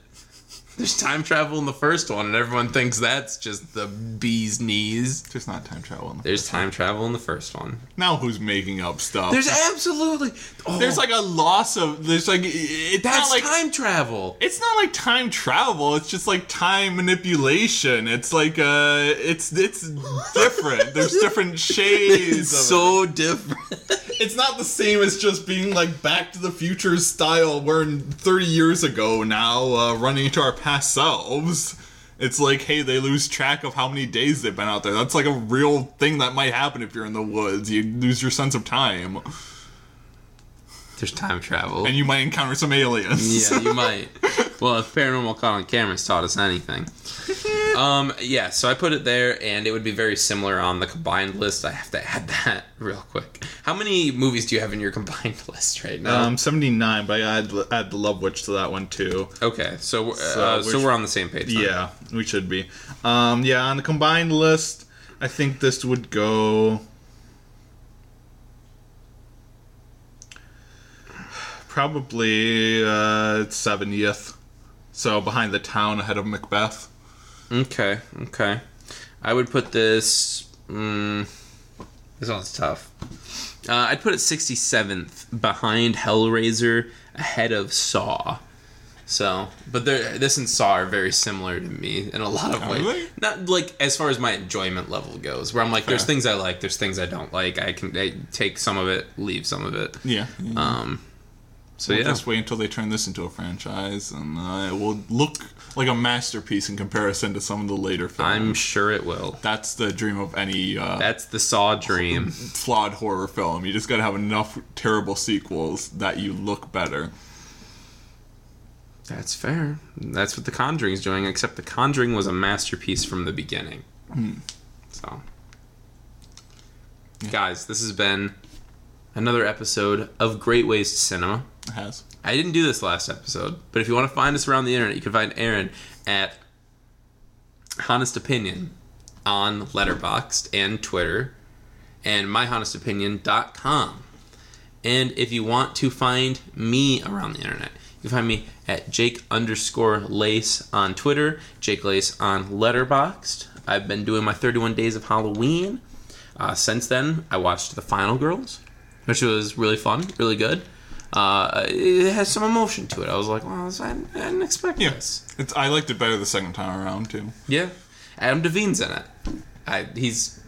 Speaker 1: there's time travel in the first one, and everyone thinks that's just the bee's knees.
Speaker 2: There's not time travel. In the
Speaker 1: There's time travel in the first one.
Speaker 2: now who's making up stuff?
Speaker 1: There's absolutely. Oh,
Speaker 2: there's like a loss of there's like it's
Speaker 1: that's
Speaker 2: not like
Speaker 1: time travel.
Speaker 2: it's not like time travel it's just like time manipulation it's like uh it's it's different there's different shades
Speaker 1: It's
Speaker 2: of it.
Speaker 1: so different.
Speaker 2: it's not the same as just being like back to the future style we're in 30 years ago now uh, running into our past selves it's like hey they lose track of how many days they've been out there that's like a real thing that might happen if you're in the woods you lose your sense of time
Speaker 1: There's time travel.
Speaker 2: and you might encounter some aliens
Speaker 1: yeah, you might. Well, if paranormal caught on camera's taught us anything. Um, yeah, so I put it there, and it would be very similar on the combined list. I have to add that real quick. How many movies do you have in your combined list right now?
Speaker 2: Um, 79, but I add, add the Love Witch to that one too.
Speaker 1: okay, so uh, so,
Speaker 2: so we're-
Speaker 1: we're on the same page. then.
Speaker 2: Yeah, we should be. Um, yeah, on the combined list, I think this would go. Probably uh, 70th. So behind the town ahead of Macbeth.
Speaker 1: Okay. Okay. I would put this. Mm, this one's tough. Uh, I'd put it 67th behind Hellraiser, ahead of Saw. So, but they're- this and Saw are very similar to me in a lot of ways.
Speaker 2: they?
Speaker 1: Not like as far as my enjoyment level goes, where I'm like, there's things I like, there's things I don't like. I can I take some of it, leave some of it.
Speaker 2: Yeah.
Speaker 1: Um, so
Speaker 2: We'll
Speaker 1: yeah,
Speaker 2: Just wait until they turn this into a franchise, and uh, it will look like a masterpiece in comparison to some of the later films.
Speaker 1: I'm sure it will.
Speaker 2: That's the dream of any uh,
Speaker 1: That's the Saw dream.
Speaker 2: flawed horror film. You just gotta have enough terrible sequels that you look better.
Speaker 1: That's fair. That's what The Conjuring's doing, except The Conjuring was a masterpiece from the beginning. So, guys, this has been another episode of Great Ways to Cinema.
Speaker 2: It has.
Speaker 1: I didn't do this last episode, but if you want to find us around the internet, you can find Aaron at honest opinion on Letterboxd and Twitter and myhonestopinion.com. And if you want to find me around the internet, you can find me at Jake underscore Lace on Twitter, Jake Lace on Letterboxd. I've been doing my 31 days of Halloween. Uh, since then, I watched The Final Girls, which was really fun, really good. Uh, it has some emotion to it. I was like, well, I didn't expect
Speaker 2: Yeah.
Speaker 1: this.
Speaker 2: It's, I liked it better the second time around, too.
Speaker 1: Yeah, Adam Devine's in it. I, he's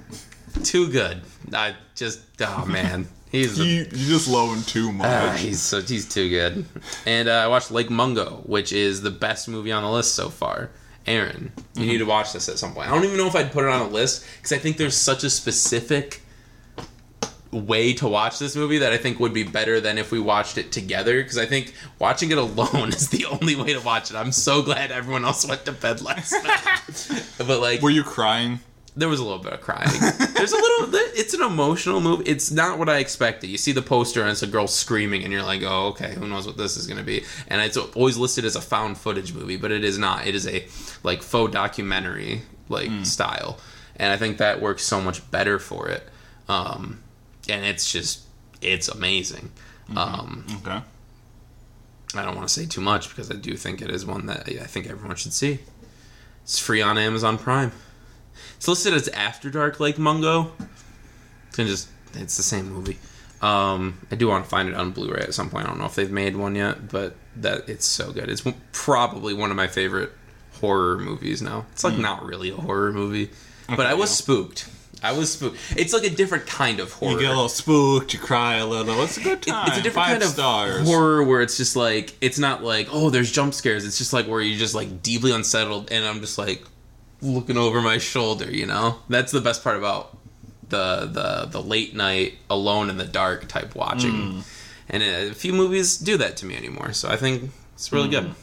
Speaker 1: too good. I just oh man, he's
Speaker 2: You,
Speaker 1: a,
Speaker 2: you just love him too much.
Speaker 1: ah, he's so he's too good. And uh, I watched Lake Mungo, which is the best movie on the list so far. Aaron, you need to watch this at some point. I don't even know if I'd put it on a list because I think there's such a specific way to watch this movie that I think would be better than if we watched it together because I think watching it alone is the only way to watch it. I'm so glad everyone else went to bed last night. but like
Speaker 2: Were you crying?
Speaker 1: there was a little bit of crying. There's a little. there- It's an emotional movie. It's not what I expected. You see the poster and it's a girl screaming, and you're like, "Oh, okay, who knows what this is going to be?" And it's always listed as a found footage movie, but it is not. It is a like faux documentary like style, and I think that works so much better for it. Um, and it's just it's amazing. Um,
Speaker 2: Okay.
Speaker 1: I don't want to say too much because I do think it is one that I think everyone should see. It's free on Amazon Prime. It's listed as After Dark Lake Mungo. Can just it's the same movie. Um, I do want to find it on Blu-ray at some point. I don't know if they've made one yet, but that it's so good. It's one- probably one of my favorite horror movies now. It's like not really a horror movie, but
Speaker 2: Hmm. Okay,
Speaker 1: I was
Speaker 2: yeah.
Speaker 1: spooked. I was spooked. It's like a different kind of horror.
Speaker 2: You get a little spooked, you cry a little. It's a good
Speaker 1: It-
Speaker 2: time.
Speaker 1: it's a different
Speaker 2: Five
Speaker 1: kind of
Speaker 2: stars.
Speaker 1: horror where it's just like it's not like oh there's jump scares it's just like where you're just like deeply unsettled and i'm just like looking over my shoulder you know that's the best part about the the the late night alone in the dark type watching
Speaker 2: Mm.
Speaker 1: and a few movies do that to me anymore so i think it's really good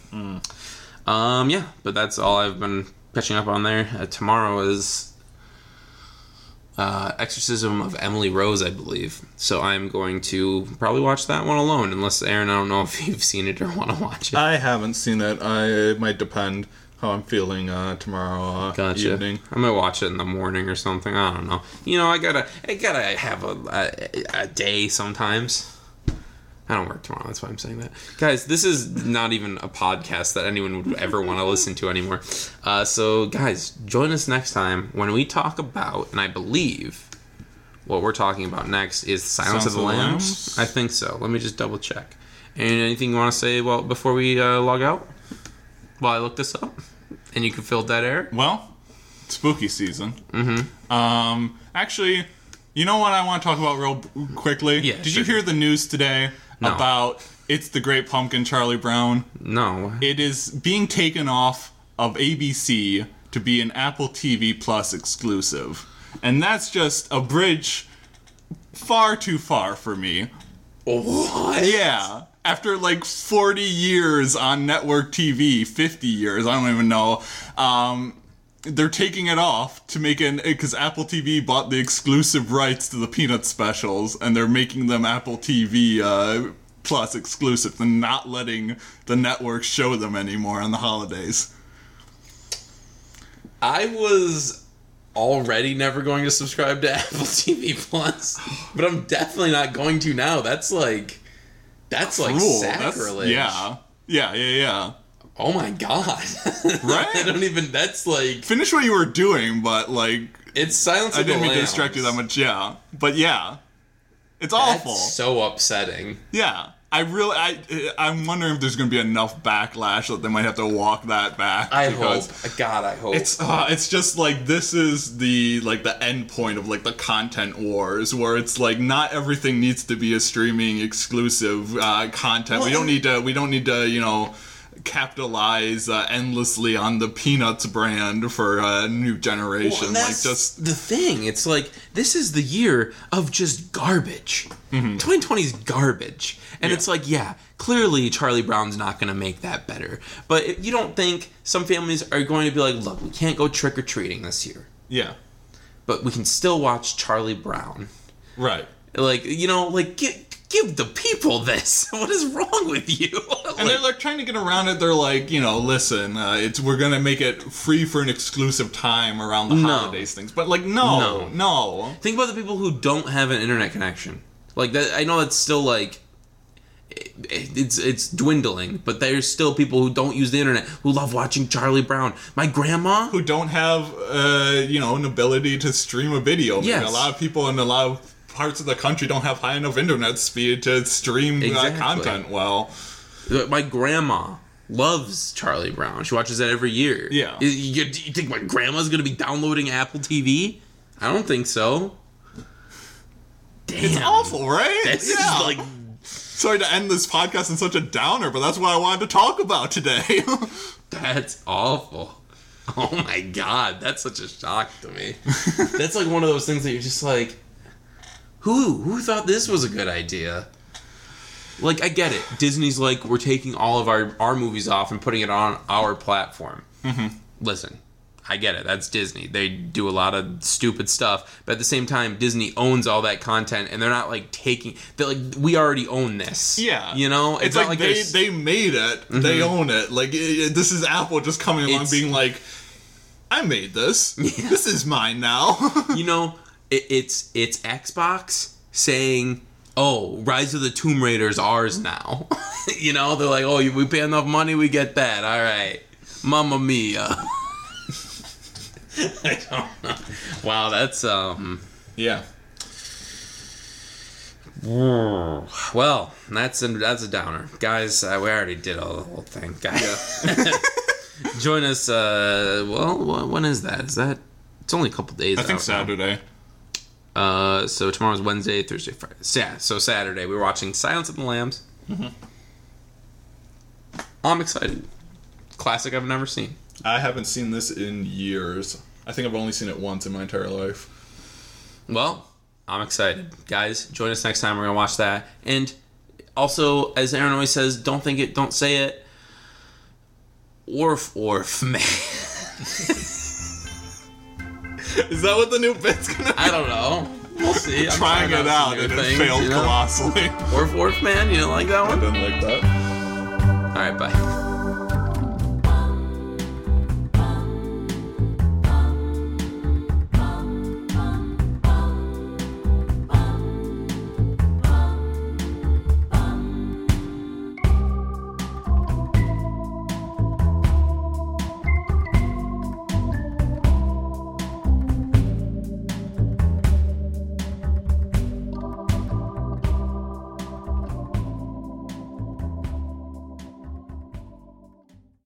Speaker 1: um yeah but that's all i've been catching up on there uh, tomorrow is uh, Exorcism of Emily Rose, I believe. So I'm going to probably watch that one alone, unless Aaron, I don't know if you've seen it or want to watch it.
Speaker 2: I haven't seen it. I it might depend how I'm feeling uh, tomorrow uh,
Speaker 1: Gotcha.
Speaker 2: evening.
Speaker 1: I might watch it in the morning or something. I don't know. You know, I gotta, I gotta have a a, a day sometimes. I don't work tomorrow. That's why I'm saying that, guys. This is not even a podcast that anyone would ever want to listen to anymore. Uh, so, guys, join us next time when we talk about, and I believe what we're talking about next is Silence, of the Lambs. I think so. Let me just double check. And anything you want to say? Well, before we uh, log out, while I look this up, and you can fill that air.
Speaker 2: Well, spooky season. Mm-hmm. Um, actually, you know what I want to talk about real b- quickly?
Speaker 1: Yeah,
Speaker 2: Did you
Speaker 1: sure.
Speaker 2: hear the news today
Speaker 1: No.
Speaker 2: about It's the Great Pumpkin, Charlie Brown?
Speaker 1: No.
Speaker 2: It is being taken off of ABC to be an Apple TV Plus exclusive. And that's just a bridge far too far for me.
Speaker 1: What?
Speaker 2: Yeah. After like 40 years on network TV, 50 years, I don't even know. Um, they're taking it off to make an because Apple TV bought the exclusive rights to the Peanut specials, and they're making them Apple TV uh, Plus exclusive, and not letting the network show them anymore on the holidays.
Speaker 1: I was already never going to subscribe to Apple TV Plus, but I'm definitely not going to now. That's like that's like
Speaker 2: Cruel. That's-
Speaker 1: sacrilege.
Speaker 2: yeah, yeah, yeah, yeah.
Speaker 1: Oh my god.
Speaker 2: Right?
Speaker 1: I don't even that's like
Speaker 2: Finish what you were doing, but like
Speaker 1: it's silence.
Speaker 2: I
Speaker 1: of the
Speaker 2: didn't mean to
Speaker 1: Lambs.
Speaker 2: distract you that much, yeah. But yeah,
Speaker 1: That's
Speaker 2: it's awful.
Speaker 1: so upsetting.
Speaker 2: yeah, I really, I, I'm wondering if there's going to be enough backlash that they might have to walk that back.
Speaker 1: I
Speaker 2: because
Speaker 1: hope. Uh, God, I hope.
Speaker 2: It's uh, it's just like this is the like the end point of like the content wars where it's like not everything needs to be a streaming exclusive uh, content. we don't need to we don't need to you know capitalize uh, endlessly on the peanuts brand for a new
Speaker 1: Well,
Speaker 2: generation.
Speaker 1: and
Speaker 2: like
Speaker 1: that's
Speaker 2: just
Speaker 1: the thing. It's like this is the year of just garbage. 2020 is garbage, and
Speaker 2: Yeah.
Speaker 1: it's like Mm-hmm. yeah, clearly Charlie Brown's not going to make that better. But it- you don't think some families are going to be like, look, we can't go trick or treating this year,
Speaker 2: yeah,
Speaker 1: but we can still watch Charlie Brown.
Speaker 2: right.
Speaker 1: Like you know, like get
Speaker 5: give the people this. What is wrong with you?
Speaker 2: And they're like trying to get around it. They're like, you know, listen, uh, it's we're gonna make it free for an exclusive time around the
Speaker 5: No.
Speaker 2: holidays things. But like, no,
Speaker 5: No.
Speaker 2: no,
Speaker 5: Think about the people who don't have an internet connection. Like that, I know it's still like it- it's it's dwindling, but there's still people who don't use the internet who love watching Charlie Brown. My grandma,
Speaker 2: who don't have uh, you know an ability to stream a video. I mean,
Speaker 5: Yes.
Speaker 2: a lot of people in a lot of parts of the country don't have high enough internet speed to stream
Speaker 5: Exactly.
Speaker 2: uh, content well.
Speaker 5: Uh, my grandma loves Charlie Brown. She watches that every year.
Speaker 2: Yeah.
Speaker 5: you, you you think my grandma's gonna be downloading Apple TV? I don't think so. Damn,
Speaker 2: It's awful, right?
Speaker 5: This is like
Speaker 2: Sorry to end this podcast in such a downer, but that's what I wanted to talk about today.
Speaker 5: That's awful. Oh my god, that's such a shock to me. that's like one of those things that you're just like, who who thought this was a good idea? Like I get it. Disney's like we're taking all of our our movies off and putting it on our platform.
Speaker 2: Mm-hmm.
Speaker 5: Listen, I get it. That's Disney. They do a lot of stupid stuff, but at the same time, Disney owns all that content, and they're not like taking. They're like we already own this.
Speaker 2: Yeah,
Speaker 5: you know,
Speaker 2: it's,
Speaker 5: not
Speaker 2: like,
Speaker 5: they're
Speaker 2: they
Speaker 5: s-
Speaker 2: they made it, they own it. Like i i- this is Apple just coming along,
Speaker 5: It's-
Speaker 2: being like, "I made this. This is mine now."
Speaker 5: you know, it, it's it's Xbox saying, "Oh, Rise of the Tomb Raider is ours now." you know, they're like, "Oh, you- we pay enough money, we get that. All right, Mamma Mia." I don't know. Wow, that's um.
Speaker 2: yeah,
Speaker 5: Well, that's a, that's a downer, guys. Uh, we already did all the whole thing, guys. Join us. Uh, well, wh- when is that? Is that? It's only a couple days.
Speaker 2: I think
Speaker 5: out now.
Speaker 2: Saturday.
Speaker 5: Uh, so tomorrow's Wednesday, Thursday, Friday. So, yeah, so Saturday we're watching Silence of the Lambs. I'm excited. Classic I've never seen.
Speaker 2: I haven't seen this in years. I think I've only seen it once in my entire life.
Speaker 5: Well, I'm excited, guys. Join us next time. We're gonna watch that. And also, as Aaron always says, don't think it, don't say it. Orf, orf, man.
Speaker 2: Is that what the new bit's gonna?
Speaker 5: I don't know. We'll see. I'm
Speaker 2: Trying it out
Speaker 5: some
Speaker 2: and
Speaker 5: new
Speaker 2: it
Speaker 5: things,
Speaker 2: failed
Speaker 5: you know?
Speaker 2: colossally.
Speaker 5: Orf, orf, man. You don't like that
Speaker 2: I
Speaker 5: one?
Speaker 2: didn't like that.
Speaker 5: All right, bye.